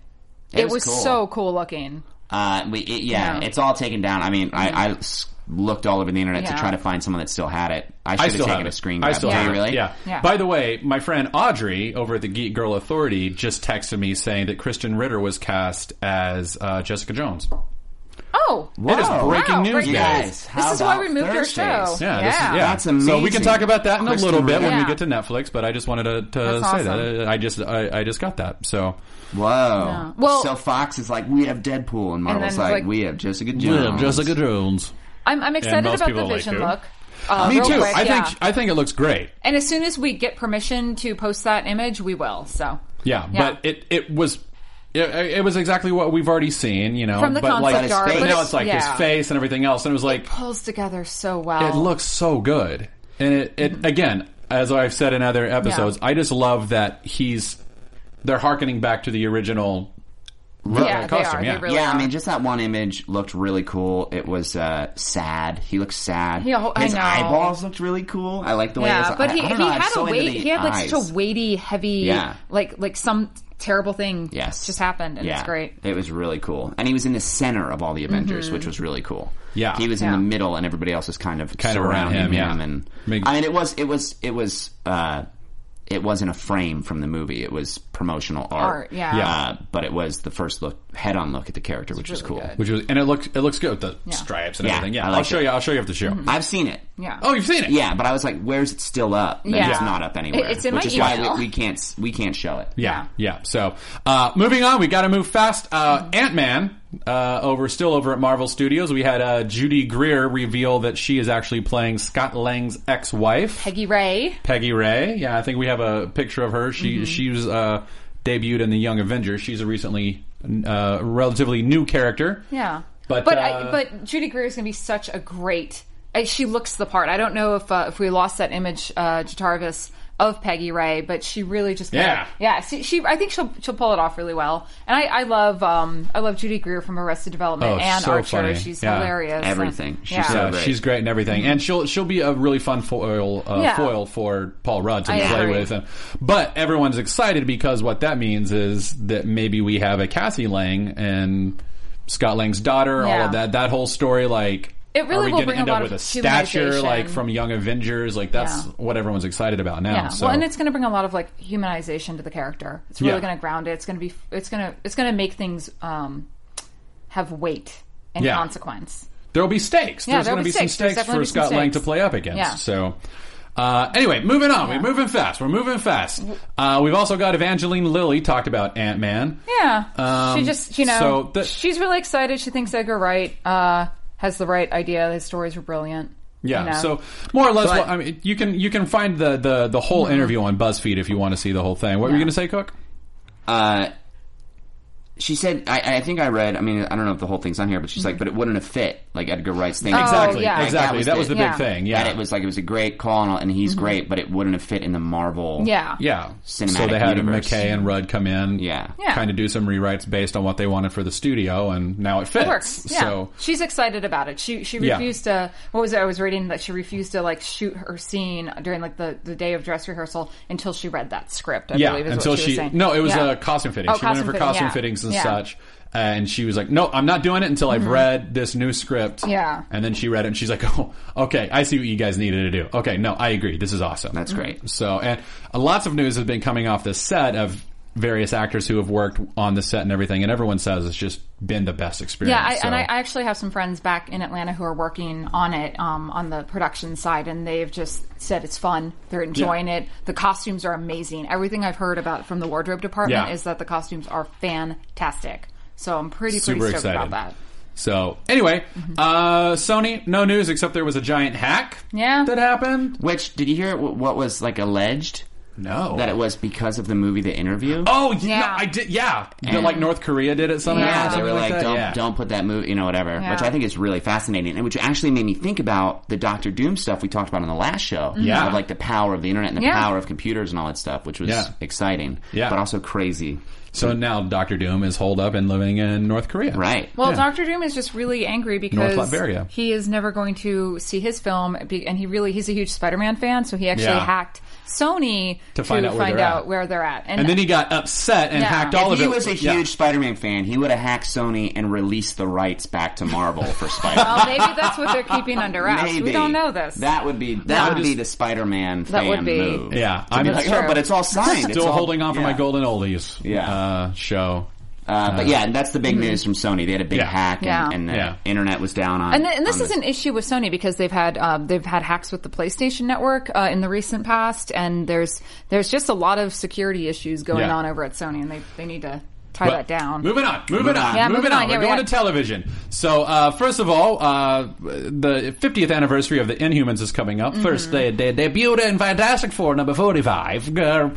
E: It, was,
C: was cool.
E: so cool looking.
C: Uh, we, it, yeah,
E: Yeah.
C: it's all taken down. I mean, I, I s- looked all over the internet to
E: Yeah.
C: try to find someone that still had it. I should
B: I
C: have
B: still
C: taken
B: have
C: a
B: it.
C: screen
B: I
C: grab.
B: still
C: Do you
B: have it.
C: really?
B: Yeah.
E: Yeah.
B: By the way, my friend Audrey over at the Geek Girl Authority just texted me saying that Kristen Ritter was cast as uh, Jessica Jones.
E: Oh.
B: It is
C: Wow.
B: breaking
E: Wow,
B: news,
E: breaking
B: guys.
E: news. This is why we moved our show.
B: Yeah, this is-
E: Yeah.
B: yeah.
C: That's amazing.
B: So we can talk about that in a
C: Kristen
B: little bit when we
E: Ritter.
B: get to Netflix. But I just wanted to, to say
E: That's
B: that I I just I, I just got that. So
C: Whoa.
E: Well-
C: so Fox is like, we have Deadpool, and Marvel's
E: it's
C: like,
E: like-
C: we have Jessica Jones.
B: Jones.
E: I'm, I'm excited
B: most
E: about
B: people
E: the
B: like
E: vision
B: who?
E: look. Uh,
B: Me
E: real
B: too.
E: quick,
B: I
E: yeah.
B: think I think it looks great.
E: And as soon as we get permission to post that image, we will. So.
B: Yeah,
E: Yeah.
B: but it it was. It, it was exactly what we've already seen, you know.
E: From the
B: but like,
E: concept
C: art,
B: but now
C: but it's-
B: it's like
E: yeah.
B: his face and everything else, and it was like
E: Pulls together so well.
B: it looks so good. And it, it again, as I've said in other episodes,
E: Mm-hmm. Yeah.
B: I just love that he's they're harkening back to the original uh,
E: Yeah, they
B: costume.
E: are. They
B: yeah,
E: really
C: yeah,
E: are.
C: I mean, just that one image looked really cool. It was uh, sad. He looked sad.
E: Yeah, I
C: His
E: know.
C: eyeballs looked really cool. I like the way. it
E: Yeah,
C: was,
E: but
C: I,
E: he,
C: I
E: he
C: don't know, I'm
E: had
C: so
E: a
C: into
E: weight.
C: the
E: He had like
C: eyes.
E: such a weighty, heavy,
C: Yeah.
E: like like some terrible thing.
C: Yes.
E: just happened, and
C: yeah,
E: it's great. Mm-hmm.
C: It was really cool, and he was in the center of all the Avengers, which was really cool.
B: Yeah.
C: he was in
E: Yeah.
C: the middle, and everybody else was kind of
B: Kind of around
C: surrounding
B: him, yeah.
C: and
B: Make-
C: I mean, it was it was it was uh, it wasn't a frame from the movie. It was promotional art,
E: Art, yeah.
B: Yeah.
C: Uh, but it was the first look, head-on look at the character, which was cool.
B: which was and it looks it looks good with the stripes and
C: Yeah,
B: everything. Yeah,
C: I
B: I'll
C: like
B: show
C: it.
B: you. I'll show you after the show.
C: I've seen it.
E: Mm-hmm. Yeah.
B: Oh, you've seen it?
C: Yeah, but I was like, "Where's it still up?" And
E: Yeah.
C: it's not up anywhere.
E: It- it's in
C: which
E: my
C: is
E: email.
C: why we, we can't we can't show it.
B: Yeah, yeah. So, uh, moving on, we got to move fast. Uh, Ant Man, uh, over still over at Marvel Studios, we had uh, Judy Greer reveal that she is actually playing Scott Lang's ex-wife,
E: Peggy Ray.
B: Peggy Ray. Yeah, I think we have a picture of her.
E: Mm-hmm.
B: She she was uh, debuted in the Young Avengers. She's a recently uh, relatively new character.
E: Yeah,
B: But,
E: but
B: uh,
E: I, but Judy Greer is going to be such a great. I, she looks the part. I don't know if uh, if we lost that image, uh, Jatarvis of Peggy Ray, but she really just kinda-
B: Yeah.
E: yeah. She, she I think she'll she'll pull it off really well. And I, I love um I love Judy Greer from Arrested Development
B: Oh,
E: and
B: so
E: Archer.
B: funny.
E: She's
B: Yeah.
E: hilarious.
C: Everything. She's
E: yeah.
C: so
B: Yeah,
C: great.
B: she's great and everything, and she'll she'll be a really fun foil uh,
E: Yeah.
B: foil for Paul Rudd to
E: I
B: play
E: agree.
B: with. And, but everyone's excited because what that means is that maybe we have a Cassie Lang and Scott Lang's daughter, all
E: Yeah.
B: of that that whole story. Like,
E: It really
B: are we
E: will
B: gonna
E: bring a
B: end
E: lot
B: up
E: of
B: with a stature
E: humanization.
B: like from Young Avengers? Like that's
E: Yeah.
B: what everyone's excited about now.
E: Yeah.
B: So
E: Well, and it's going to bring a lot of like humanization to the character. It's really
B: Yeah.
E: going to ground it. It's going to be. It's going to. It's going to make things um, have weight and
B: Yeah.
E: consequence.
B: There'll be stakes.
E: Yeah,
B: There's
E: there'll
B: going to
E: be
B: be some
E: stakes.
B: stakes
E: There's
B: for
E: definitely be some
B: Scott Lang to
E: stakes.
B: play up against.
E: Yeah.
B: So, uh, anyway, moving on. We're moving fast. We're moving fast. Uh, we've also got Evangeline Lilly talked about Ant Man.
E: Yeah.
B: Um,
E: she just, you know,
B: so the-
E: she's really excited. She thinks Edgar Wright uh, has the right idea. His stories are brilliant.
B: Yeah.
E: You know?
B: So more or less,
C: But-
B: well, I mean, you can you can find the the the whole interview on BuzzFeed if you want to see the whole thing. What were you going to say, Cook?
C: Uh, she said, I, I think I read. I mean, I don't know if the whole thing's on here, but she's like, "But it wouldn't have fit like Edgar Wright's thing."
B: exactly.
E: Oh, yeah.
B: Exactly. That was the, big
E: Yeah.
B: thing. Yeah.
C: And it was like it was a great call, and, all- and he's great, but it wouldn't have fit in the Marvel.
E: yeah.
B: yeah. so
C: Cinematic
B: they had
C: universe.
B: McKay and Rudd come in.
C: Yeah.
E: Yeah.
B: Kind of do some rewrites based on what they wanted for the studio, and now it fits.
E: It works. Yeah.
B: So
E: she's excited about it. She she
B: Yeah.
E: refused to. What was it? I was reading that she refused to like shoot her scene during like the, the day of dress rehearsal until she read that script. I
B: yeah,
E: believe is
B: until
E: what she, was saying.
B: no, it was
E: Yeah.
B: a costume fitting.
E: Oh,
B: she went in
E: costume
B: for
E: fitting,
B: costume
E: yeah.
B: fittings and
E: Yeah. Mm-hmm.
B: such, and she was like, "No, I'm not doing it until I've read this new script."
E: Yeah.
B: and then she read it, and she's like, "Oh, okay, I see what you guys needed to do. Okay, no, I agree. This is awesome.
C: That's great.
B: So, and lots of news has been coming off this set of various actors who have worked on the set and everything, and everyone says it's just been the best experience.
E: Yeah, I,
B: so.
E: and I, I actually have some friends back in Atlanta who are working on it um, on the production side, and they've just said it's fun. They're enjoying it. The costumes are amazing. Everything I've heard about from the wardrobe department
B: Yeah.
E: is that the costumes are fantastic. So I'm pretty
B: Super
E: pretty stoked
B: excited.
E: about that. Mm-hmm.
B: So, anyway, uh, Sony, no news except there was a giant hack
E: Yeah.
B: that happened.
C: Which did you hear? wh- What was like alleged?
B: No.
C: that it was because of the movie The Interview.
B: Oh yeah,
E: Yeah.
B: I did. Yeah, That,
C: And-
B: like North Korea did it somehow.
C: Yeah,
E: Yeah,
C: they were
E: something
C: like,
D: like that.
C: don't
B: Yeah.
C: don't put that movie, you know, whatever.
E: Yeah.
C: Which I think is really fascinating, and which actually made me think about the Doctor Doom stuff we talked about on the last show.
B: Yeah.
C: of like the power of the internet and the
E: Yeah.
C: power of computers and all that stuff, which was
B: Yeah.
C: exciting,
B: Yeah.
C: but also crazy.
B: So now Doctor Doom is holed up and living in North Korea.
C: Right?
E: Well,
B: Yeah.
E: Doctor Doom is just really angry because
B: Latveria.
E: he is never going to see his film, be- and he really he's a huge Spider-Man fan, so he actually
B: Yeah.
E: hacked Sony
B: To find out where they're at.
E: out where they're at.
B: And then he got upset and
E: Yeah.
B: hacked all
C: if he
B: of it.
C: was a huge
B: Yeah.
C: Spider-Man fan, he would have hacked Sony and released the rights back to Marvel for Spider-Man.
E: well, maybe that's what they're keeping under wraps.
C: Maybe.
E: We don't know this.
C: That would be that, would be the Spider-Man
E: That
C: fan
E: would be-
C: move.
B: Yeah,
C: I
B: I'm
C: mean, like,
E: That's
C: oh,
E: true.
C: but it's all signed. It's
B: still
C: all-
B: holding on for my
C: yeah.
B: golden oldies.
C: Yeah.
B: uh, show.
C: Uh, but yeah, and that's the big news from Sony. They had a big
B: Yeah.
C: hack, and,
E: mm-hmm. Yeah.
C: and the
B: Yeah.
C: internet was down on.
E: And, th- and this
C: on
E: is an issue with Sony because they've had um, they've had hacks with the PlayStation Network uh, in the recent past, and there's there's just a lot of security issues going
B: Yeah.
E: on over at Sony, and they, they need to tie
B: But
E: that down.
B: Moving on, moving on,
E: Yeah,
B: moving
E: moving
B: on.
E: on. Yeah,
B: We're
E: we
B: going
E: got-
B: to television. So, uh, first of all, uh, the 50th anniversary of the Inhumans is coming up. First,
E: Mm-hmm.
B: they, they debuted in Fantastic Four number 45. Grr.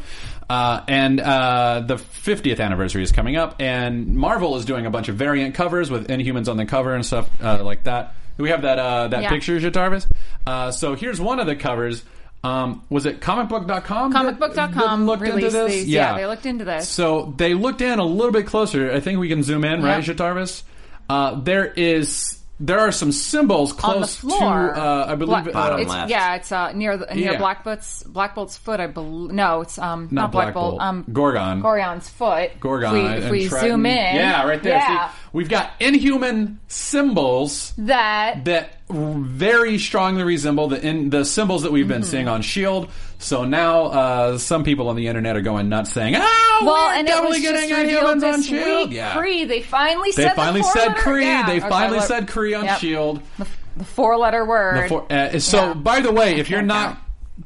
B: Uh, and uh, the 50th anniversary is coming up, and Marvel is doing a bunch of variant covers with Inhumans on the cover and stuff uh, like that. Do we have that uh, that
E: Yeah.
B: picture, Jatarvis? Uh, so here's one of the covers. Um, was it comicbook.com? that-
E: Comicbook.com
B: that looked into
E: released
B: this?
E: these. Yeah, they looked into this.
B: So they looked in a little bit closer. I think we can zoom in, right,
E: Yep.
B: Jatarvis? Uh, there is there are some symbols
E: on the
B: close
E: floor,
B: to uh, I believe
E: Black-
C: Bottom
B: uh,
E: it's,
C: left.
E: Yeah, it's uh, near the, near
B: Yeah.
E: Black Bolt's Black Bolt's foot. I believe. No, it's um not, Black Bolt. Um,
B: Gorgon.
E: Gorgon's foot.
B: Gorgon.
E: If we, if
B: and
E: we
B: Triton.
E: zoom in,
B: yeah, right there.
E: Yeah,
B: See, we've got inhuman symbols
E: that
B: that r- very strongly resemble the in, the symbols that we've
E: Mm-hmm.
B: been seeing on Shield. E So now uh, some people on the internet are going nuts, saying, "Oh,
E: well,
B: we're
E: and it
B: definitely
E: was
B: getting
E: just
B: Inhumans
E: revealed
B: on
E: this
B: Shield."
E: week. Cree. They finally
B: They
E: said the
B: finally
E: four
B: said
E: letter-
B: Cree.
E: yeah.
B: They
E: Okay,
B: finally
E: look.
B: said Cree on
E: Yep.
B: Shield.
E: The, four letter word.
B: The four- uh, so,
E: Yeah.
B: by the way, if you're not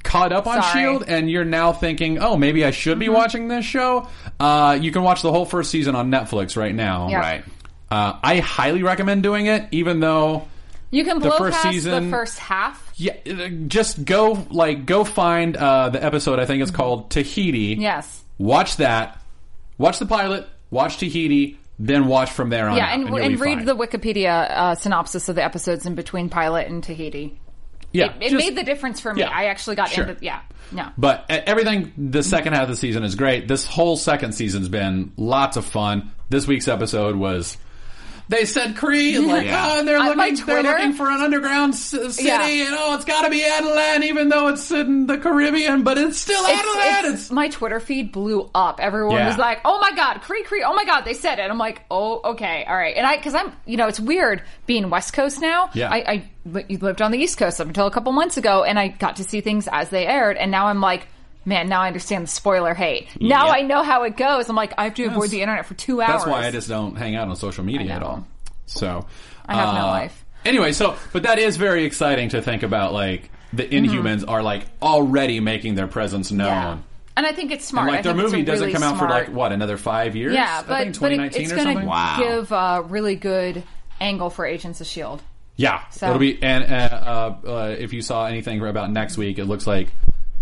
B: caught up on
E: Sorry. Mm-hmm.
B: Shield E and you're now thinking, "Oh, maybe I should be watching this show," uh, you can watch the whole first season on Netflix right now.
E: Yeah.
C: Right.
B: Uh, I highly recommend doing it, even though.
E: you can
B: the
E: blow
B: first
E: past
B: season-
E: the first half.
B: Yeah, uh, just go like go find uh, the episode. I think it's called Tahiti.
E: Mm-hmm. Yes.
B: Watch that. Watch the pilot. Watch Tahiti. Then watch from there on.
E: Yeah,
B: out,
E: and,
B: Oh, you'll
E: and
B: be
E: read
B: fine.
E: the Wikipedia uh, synopsis of the episodes in between Pilot and Tahiti.
B: Yeah,
E: It, it
B: just-
E: made the difference for me.
B: yeah,
E: I actually got
B: sure.
E: into yeah. No.
B: But e- everything the second half of the season is great. This whole second season's been lots of fun. This week's episode was. They said Cree, and like,
C: Yeah.
B: oh, and they're
E: Uh, my
B: looking, they're
E: Twitter-
B: looking for an underground s- city,
E: Yeah.
B: and oh, it's got to be Adelan, even though it's in the Caribbean, but it's still Adelan.
E: It's- it's- my Twitter feed blew up. Everyone
B: Yeah.
E: was like, "Oh my god, Cree Cree! Oh my god, they said it." I'm like, "Oh, okay, all right." And I, because I'm, you know, it's weird being West Coast now.
B: Yeah.
E: I, I li- you lived on the East Coast up until a couple months ago, and I got to see things as they aired, and now I'm like. Man, now I understand the spoiler hate. Now
C: Yeah.
E: I know how it goes. I'm like, I have to avoid
B: That's-
E: the internet for two hours.
B: That's why I just don't hang out on social media
E: I
B: at
E: know.
B: all. So uh,
E: I have no life.
B: Anyway, so but that is very exciting to think about. Like the Inhumans are like already making their presence known.
E: Mm-hmm. Yeah. And I think it's smart.
B: And
E: I
B: like their
E: think it's a
B: movie doesn't
E: really
B: come out for
E: smart-
B: like what another five years?
E: Yeah,
B: I
E: but,
B: think
E: but
B: 2019
E: it, it's
B: or
E: going to
B: something.
C: Wow.
E: give a really good angle for Agents of Shield.
B: Yeah,
E: So-
B: it'll be. And uh, uh, uh, if you saw anything about next week, it looks like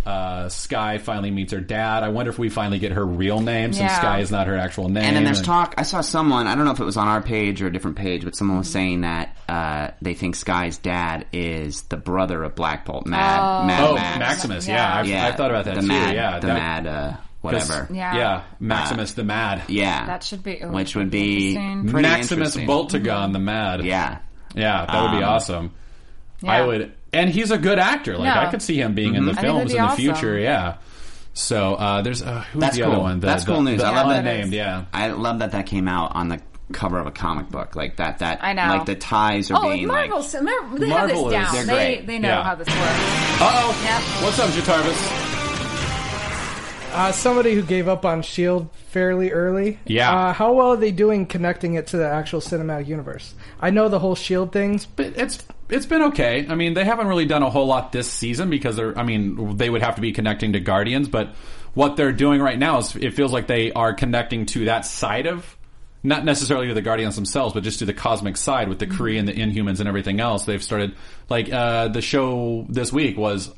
B: uh, Sky finally meets her dad. I wonder if we finally get her real name since
E: Yeah.
B: Sky is not her actual name.
C: And then there's talk. I saw someone. I don't know if it was on our page or a different page, but
E: Mm-hmm.
C: someone was saying that uh, they think Sky's dad is the brother of Black Bolt, Mad, Mad
B: Oh,
C: Max.
B: Maximus. Yeah,
E: Yeah.
B: I've,
C: Yeah,
B: I've thought about that
C: the
B: too.
C: Mad,
B: yeah,
C: the
B: that-
C: Mad, uh, whatever. Yeah.
E: Yeah.
B: Yeah, Maximus the Mad.
E: That should be ooh,
C: Which would be
E: interesting.
C: pretty
B: Maximus
C: interesting.
B: Boltagon the Mad.
C: Yeah,
B: Yeah, that would be
C: Um,
B: awesome. I
E: Yeah.
B: would, and he's a good actor. Like
E: No. Mm-hmm.
B: I could see him being in the
E: that'd
B: films
E: be
B: in the
E: awesome.
B: future. Yeah. So uh, there's uh, who's
C: That's
B: the other
C: cool.
B: one? The,
C: That's
B: the-
C: cool news.
B: the
C: I love that.
B: unnamed. Yeah.
C: I love that that came out on the cover of a comic book. Like that. That
E: I know.
C: Like the ties are
E: Oh,
C: being
E: and
C: like.
E: Marvel's, Mar- they have
B: Marvel
E: this
B: is-
E: down.
C: they're
E: They
C: great.
E: they know
B: Yeah.
E: how this works.
B: Uh oh.
E: Yeah.
B: What's up, Jatarvis?
D: Uh, somebody who gave up on Shield E fairly early.
B: Yeah.
D: Uh, how well are they doing connecting it to the actual cinematic universe? I E know the whole Shield thing.
B: But it's it's been okay. I mean, they haven't really done a whole lot this season because they're. I mean, they would have to be connecting to Guardians, but what they're doing right now is it feels like they are connecting to that side of. Not necessarily to the Guardians themselves, but just to the cosmic side with the
C: Mm-hmm.
B: Kree and the Inhumans and everything else. They've started like uh, the show this week was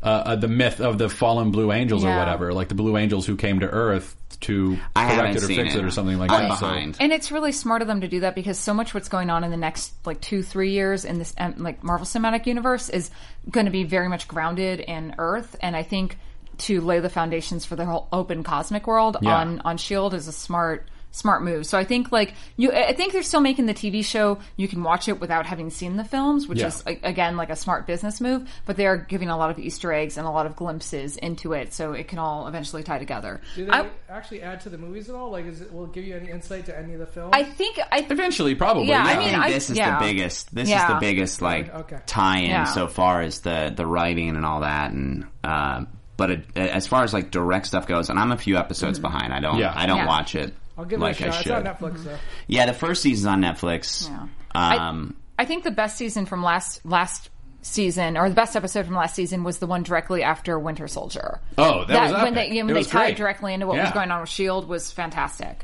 B: uh, uh, the myth of the fallen Blue Angels or
E: Yeah.
B: whatever, like the Blue Angels who came to Earth to
C: I
B: correct
C: haven't
B: it or
C: seen
B: fix it.
C: it.
B: or something like
C: I'm
B: that. So-
C: behind.
E: And it's really smart of them to do that because so much what's going on in the next like two three years in this um, like Marvel Cinematic Universe is going to be very much grounded in Earth, and I think to lay the foundations for the whole open cosmic world
B: Yeah.
E: on on Shield E is a smart smart move. So I think like you, I I think they're still making the TV show. You can watch it without having seen the films, which
B: Yeah.
E: is a- again like a smart business move. But they are giving a lot of Easter eggs and a lot of glimpses into it, so it can all eventually tie together.
D: Do they
E: I,
D: actually add to the movies at all? Like, is it will it give you any insight to any of the films?
E: I think I
B: Eventually, probably.
E: Yeah,
B: yeah.
E: I mean,
C: think this is
E: yeah.
C: the biggest. This is
E: Yeah.
C: the biggest like
D: Okay.
C: tie-in
E: Yeah.
C: so far is the the writing and all that, and uh, but it, as far as like direct stuff goes, and I'm a few episodes behind. I don't
B: Yeah.
C: I don't
E: Mm-hmm. Yeah.
C: watch it
D: I'll give
C: like
D: it a
C: I
D: shot. It's
C: should.
D: on Netflix, though.
C: Yeah, the first season's on Netflix.
E: Yeah.
C: Um,
E: I think the best season from last last season or the best episode from last season was the one directly after Winter Soldier.
B: Oh, that was epic.
E: when they yeah,
B: It
E: when they
B: was
E: tied
B: great.
E: directly into what was
B: Yeah.
E: going on with Shield E was fantastic.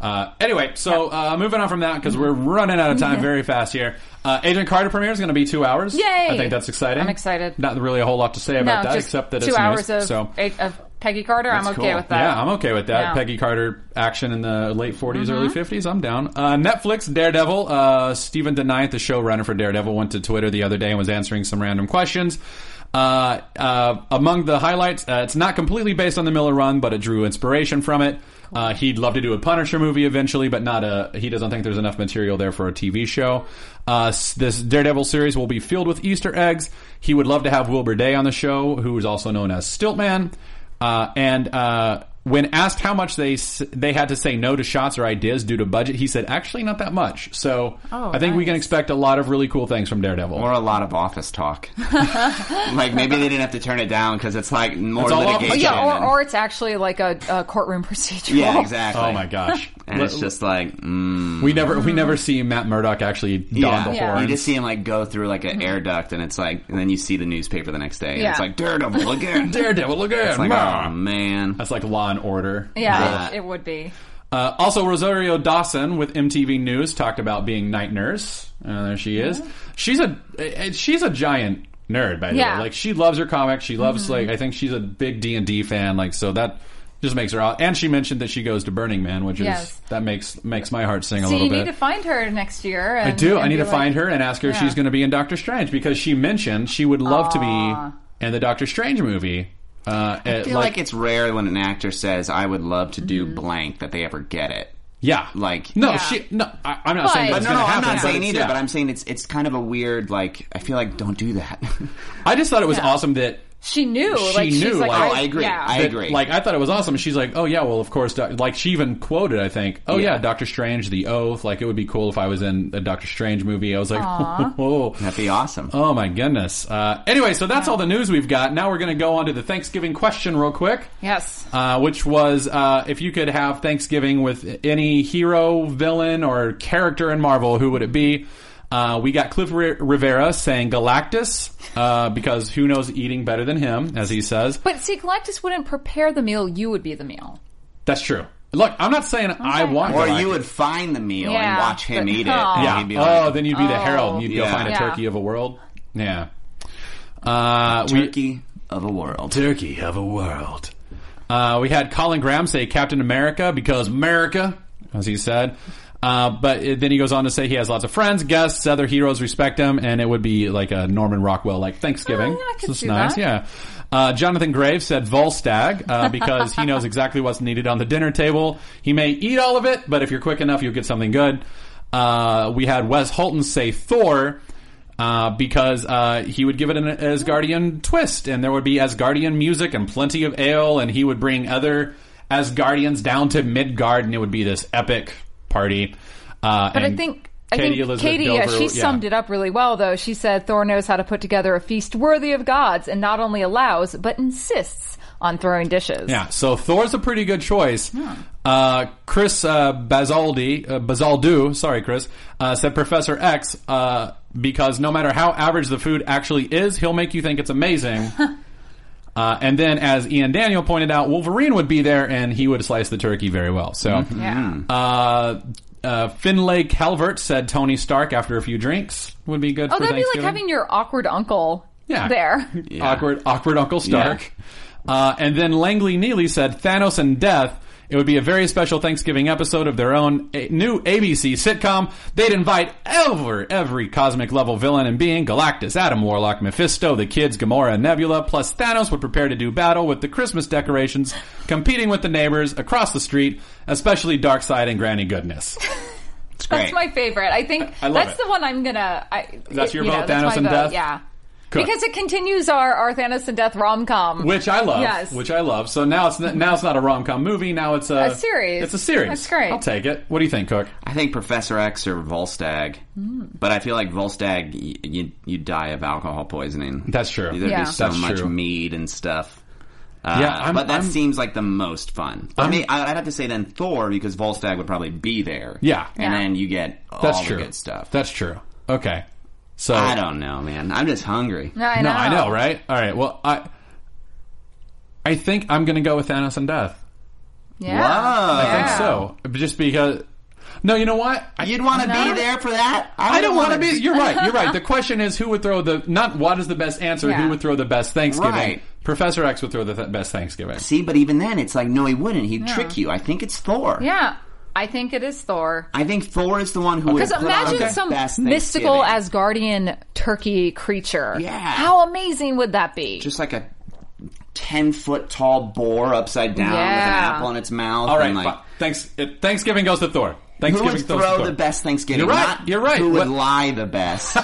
B: Uh, anyway, so uh, moving on from that because we're running out of time very fast here. Uh, Agent Carter premiere is going to be two hours.
E: Yay!
B: I think that's exciting.
E: I'm excited.
B: Not really a whole lot to say about
E: no,
B: that
E: just
B: except that
E: two
B: it's
E: hours
B: news,
E: of,
B: so.
E: of Peggy Carter. I'm okay
C: cool.
E: with that.
B: Yeah, I'm okay with that.
E: Yeah. Mm-hmm.
B: Peggy Carter action in the late 40s, early 50s. I'm down. Uh, Netflix, Daredevil. Uh, Stephen DeKnight, the showrunner for Daredevil, went to Twitter the other day and was answering some random questions. Uh, uh, among the highlights, uh, it's not completely based on the Miller run, but it drew inspiration from it. Uh, he'd love to do a Punisher movie eventually, but not a. He doesn't think there's enough material there for a TV show. Uh, s- this Daredevil series will be filled with Easter eggs. He would love to have Wilbur Day on the show, who is also known as Stiltman. Uh, and uh, when asked how much they s- they had to say no to shots or ideas due to budget, he said, "Actually, not that much." So
E: Oh,
B: I think we can expect a lot of really cool things from Daredevil.
C: or a lot of office talk. like maybe they didn't have to turn it down because it's like more
B: It's all office
C: litigation.
B: talk.
E: Oh, Yeah,
C: and-
E: or, or it's actually like a, a courtroom procedural.
C: yeah, exactly.
B: oh my gosh,
C: And it's just like mm,
B: we never we never see Matt Murdock actually don
C: yeah.
B: the
E: Yeah. Mm-hmm.
B: horns.
C: You just see him like go through like an air duct, and it's like, and then you see the newspaper the next day, and it's
E: Yeah.
C: like Daredevil again.
B: Daredevil again.
C: It's like,
B: Rah.
C: oh man,
B: That's like Law and Order.
E: Yeah,
C: Yeah.
E: it, it would be.
B: Uh, also, Rosario Dawson with MTV News talked about being night nurse. Uh, there she is. She's a uh, she's a giant nerd by the
E: Yeah. Mm-hmm.
B: way. Like she loves her comics. She loves like I think she's a big D and D fan. Like so that just makes her out. And she mentioned that she goes to Burning Man, which is
E: Yes.
B: that makes makes my heart sing a
E: So
B: little
E: you
B: bit.
E: need to find her next year.
B: I
E: And,
B: do. I
E: and
B: need
E: be
B: to
E: like-
B: find her and ask her if she's
E: Yeah.
B: going to be in Doctor Strange because she mentioned she would love to be in the Doctor Strange movie. Uh,
C: I feel like, it's rare when an actor says, "I would love to do
E: Mm-hmm.
C: blank," that they ever get it.
B: yeah,
C: like-
B: no,
E: Yeah.
B: she no. I, I'm not
E: But-
B: saying
E: But
B: that's
C: No,
B: going to
C: no, I'm
B: happen.
C: not saying
B: it's-
C: either,
B: yeah.
C: but I'm saying it's it's kind of a weird like. I feel like don't do that.
B: I just thought it was awesome that
E: She knew.
B: She
E: like,
B: knew,
E: She's like,
B: like-
C: Oh, I agree.
E: Yeah.
C: I
B: that,
C: agree.
B: Like I thought it was awesome. She's like, oh yeah, well of course. Doc-, like she even quoted, I think, oh yeah.
C: Yeah.
B: Doctor Strange, The Oath. Like it would be cool if I was in a Doctor Strange movie. I was like, oh,
C: That'd be awesome.
B: oh my goodness. Uh, anyway, so that's all the news we've got. Now we're going to go on to the Thanksgiving question real quick.
E: yes.
B: Uh, which was uh, if you could have Thanksgiving with any hero, villain, or character in Marvel, who would it be? Uh, we got Cliff Ri- Rivera saying Galactus uh, because who knows eating better than him, as he says.
E: But see, Galactus wouldn't prepare the meal. You would be the meal.
B: That's true. Look, I'm not saying I want.
C: or
B: Galactus.
C: you would find the meal and
E: Yeah,
C: watch him
E: but-
C: eat it.
E: oh.
C: and
B: Yeah.
C: you'd be
B: oh,
C: like, Oh,
B: then you'd be the Herald. and You'd go
C: Yeah.
B: find a
E: Yeah.
B: turkey of a world. Yeah. Uh, we-
C: turkey of a world.
B: Turkey of a world. Uh, we had Colin Graham say Captain America because America, as he said. Uh, but it, then he goes on to say he has lots of friends, guests, other heroes respect him, and it would be like a Norman Rockwell like Thanksgiving.
E: Oh, yeah, I could
B: So it's
E: see
B: nice,
E: that.
B: yeah. Uh, Jonathan Graves said Volstagg uh, because he knows exactly what's needed on the dinner table. He may eat all of it, but if you're quick enough, you'll get something good. Uh, we had Wes Holton say Thor uh, because uh, he would give it an Asgardian twist, and there would be Asgardian music and plenty of ale, and he would bring other Asgardians down to Midgard, and it would be this epic party. Uh,
E: But I think I
B: Katie
E: think
B: Elizabeth
E: Katie,
B: Dover,
E: yeah, she summed it up really well, though. She said Thor knows how to put together a feast worthy of gods, and not only allows but insists on throwing dishes.
B: Yeah, so Thor's a pretty good choice. Uh, Chris uh, Basaldi, uh, Basaldu, sorry, Chris, uh, said Professor X uh, because no matter how average the food actually is, he'll make you think it's amazing. Uh, and then, as Ian Daniel pointed out, Wolverine would be there and he would slice the turkey very well. So,
E: Yeah.
B: uh, uh, Finlay Calvert said Tony Stark after a few drinks would be good
E: Oh,
B: for
E: that'd be
B: Thanksgiving.
E: like having your awkward uncle
B: Yeah.
E: there.
B: Awkward, awkward Uncle Stark. Uh, and then Langley Neely said Thanos and Death. It would be a very special Thanksgiving episode of their own a- new ABC sitcom. They'd invite over every cosmic level villain and being Galactus, Adam Warlock, Mephisto, the kids, Gamora, and Nebula. Plus, Thanos would prepare to do battle with the Christmas decorations, competing with the neighbors across the street, especially Darkseid and Granny Goodness.
C: It's great.
E: That's my favorite. I think
B: I love
E: that's
B: it.
E: the one I'm gonna. I,
B: That's your
E: you know,
B: vote,
E: that's
B: Thanos
E: my
B: and
E: vote,
B: Death?
E: Yeah,
B: Good.
E: because it continues our, our Thanos and Death rom com,
B: which I love.
E: Yes. Mm-hmm.
B: which I love. So now it's n- now it's not a rom com movie. Now it's a,
E: A series.
B: It's a series.
E: That's great.
B: I'll take it. What do you think, Cook?
C: I think Professor X or Volstagg,
E: Hmm.
C: but I feel like Volstagg, y- you you die of alcohol poisoning.
B: That's true.
C: There'd
E: Yeah.
C: be so
B: That's
C: much
B: true.
C: mead and stuff. Uh,
B: Yeah, I'm-
C: but that
B: I'm-
C: seems like the most fun. But I mean, I- I'd have to say then Thor because Volstagg would probably be there.
B: Yeah.
C: and
E: Yeah.
C: then you get all
B: That's
C: the
B: true.
C: good stuff.
B: That's true. Okay. So
C: I don't know, man. I'm just hungry.
E: I
B: No,
E: know.
B: I know, right? All right. Well, I I think I'm going to go with Thanos and Death.
E: Yeah,
C: Wow. I
B: I think
E: Yeah.
B: so. Just because No, you know what? I,
C: You'd want to be there for that?
B: I don't want to
C: wanna
B: be You're right. You're right. The question is who would throw the not what is the best answer,
E: Yeah.
B: who would throw the best Thanksgiving?
C: Right.
B: Professor X would throw the th- best Thanksgiving.
C: See, but even then, it's like no, he wouldn't. He'd trick you. I think it's Thor.
E: Yeah, I think it is Thor.
C: I think Thor is the one who would
E: Because
C: put on
E: imagine
C: the
E: some
C: best
E: mystical
C: Thanksgiving.
E: Asgardian turkey creature.
C: Yeah.
E: how amazing would that be?
C: just like a ten foot tall boar upside down with
E: Yeah.
C: an apple in its mouth.
B: All right.
C: and like,
B: fi- thanks it, Thanksgiving goes to Thor.
C: Who
B: Thanksgiving
C: would
B: goes to
C: throw
B: Thor.
C: the best Thanksgiving?
B: You're right,
C: Not
B: you're right.
C: Who would
B: What-
C: lie the best? or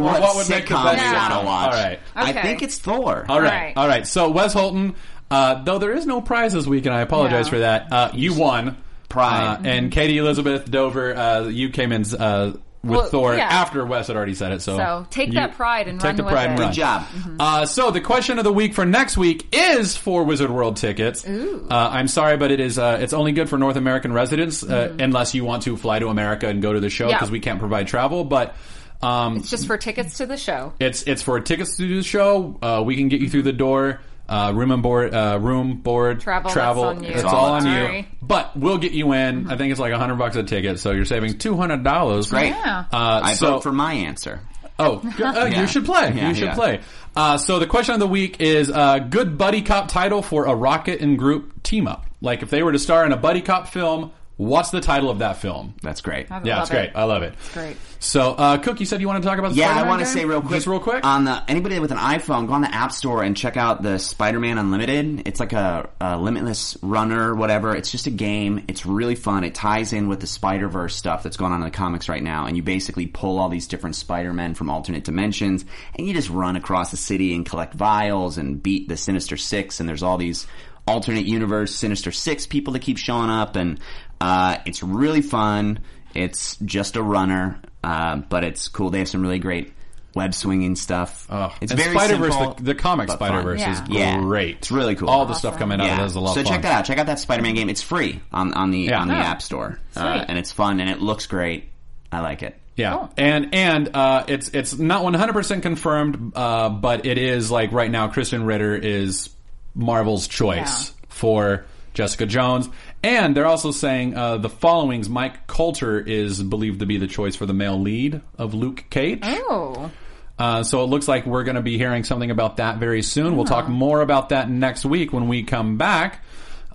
C: what,
B: what would
C: sitcom
B: make the
C: you
B: best
C: want
B: sitcom?
C: to watch?
B: All right.
C: I
E: Okay.
C: think it's Thor.
B: All right.
E: Right.
B: All right. So Wes Holton, uh, though there is no prize this week, and I apologize
E: No.
B: for that. Uh, you won.
C: Pride.
B: Uh, and Katie Elizabeth Dover, uh, you came in uh, with
E: Well,
B: Thor
E: yeah.
B: after Wes had already said it. So,
E: So, take
B: you-
E: that pride and
B: take
E: run
B: the
E: with
B: pride
E: it.
B: and
E: Good
B: run.
C: Good job.
B: Uh, so the question of the week for next week is for Wizard World tickets. Uh, I'm sorry, but it is uh, it's only good for North American residents uh, unless you want to fly to America and go to the show
E: Mm-hmm. Yeah.
B: because we can't provide travel. But um,
E: It's just for tickets to the show.
B: it's it's for tickets to the show. Uh, we can get you through the door. Uh, room and board, uh, room board,
E: Mm-hmm. Travel, that's on you.
B: It's all on you.
E: Sorry. Mm-hmm.
B: But we'll get you in. I think it's like hundred bucks a ticket, so you're saving two hundred dollars.
C: Great.
E: Yeah.
B: Uh,
C: I
B: so
C: vote for my answer.
B: oh, g- uh,
C: Yeah.
B: you should play.
C: Yeah,
B: you should
C: yeah.
B: play. Uh, so the question of the week is: uh, Good buddy cop title for a Rocket and Group team up. Like if they were to star in a buddy cop film, what's the title of that film?
C: That's great.
E: I
B: Yeah,
E: love
B: it's great.
E: it.
B: I love it.
E: Great.
B: So, uh, Cook, you said you wanted to talk about the
C: Yeah, I
B: Spider-Man
C: want to
B: game?
C: say real quick. uh, um,
B: Just real quick.
C: On the anybody with an iPhone, go on the App Store and check out the Spider-Man Unlimited. It's like a, a limitless runner, whatever. It's just a game. It's really fun. It ties in with the Spider Verse stuff that's going on in the comics right now, and you basically pull all these different Spider-Men from alternate dimensions, and you just run across the city and collect vials and beat the Sinister Six. And there's all these alternate universe Sinister Six people that keep showing up, and uh, it's really fun. It's just a runner, uh, but it's cool. They have some really great web swinging stuff. it's
B: Oh, and
C: very
B: Spider Verse,
C: simple,
B: the, the comic
C: but fun.
B: Spider Verse, is
C: Yeah.
B: great.
C: It's really cool.
B: All the stuff coming out of
C: Yeah.
B: it is a lot
C: so
B: of fun.
C: check that out. Check out that Spider-Man game. It's free on on the
B: Yeah.
C: on the
B: Oh.
C: App Store, uh,
E: Sweet.
C: and it's fun and it looks great. I like it.
B: Yeah, and and uh, it's it's not one hundred percent confirmed, uh, but it is like right now. Kristen Ritter is Marvel's choice for Jessica Jones, and they're also saying uh, the followings. Mike Coulter is believed to be the choice for the male lead of Luke Cage.
E: Oh,
B: Uh, so it looks like we're going to be hearing something about that very soon. We'll talk more about that next week when we come back.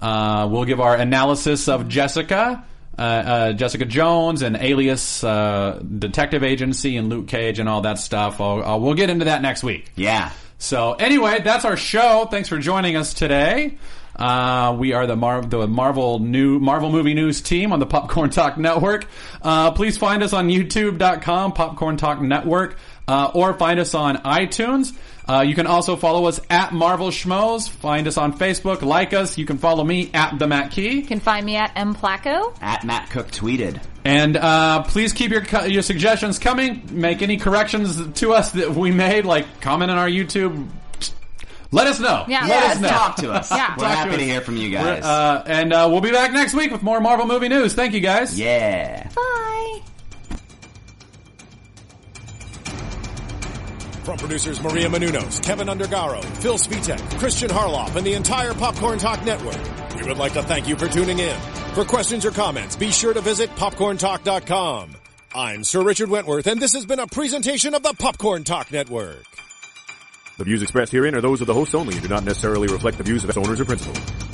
B: Uh, we'll give our analysis of Jessica, uh, uh, Jessica Jones, and Alias uh, Detective Agency, and Luke Cage, and all that stuff. I'll, i we'll get into that next week.
C: Yeah.
B: So anyway, that's our show. Thanks for joining us today. Uh, we are the Mar- the Marvel new Marvel movie news team on the Popcorn Talk Network. Uh, please find us on YouTube.com Popcorn Talk Network, uh, or find us on iTunes. Uh, you can also follow us at Marvel Schmoes. Find us on Facebook. Like us. You can follow me at the Matt Key.
E: you can find me at M Placco.
C: At Matt Cook tweeted.
B: And uh, please keep your co- your suggestions coming. Make any corrections to us that we made, like comment on our YouTube. Let us know.
E: Yeah.
B: Let
E: Yeah,
B: us know.
C: Talk to us.
E: Yeah.
C: We're
E: Talk to
C: happy
B: us.
C: to hear from you guys.
B: Uh, and uh, we'll be back next week with more Marvel movie news. Thank you, guys.
C: yeah.
E: Bye.
F: From producers Maria Menunos, Kevin Undergaro, Phil Svitek, Christian Harloff, and the entire Popcorn Talk Network, we would like to thank you for tuning in. For questions or comments, be sure to visit popcorntalk.com. I'm Sir Richard Wentworth, and this has been a presentation of the Popcorn Talk Network. The views expressed herein are those of the hosts only and do not necessarily reflect the views of its owners or principals.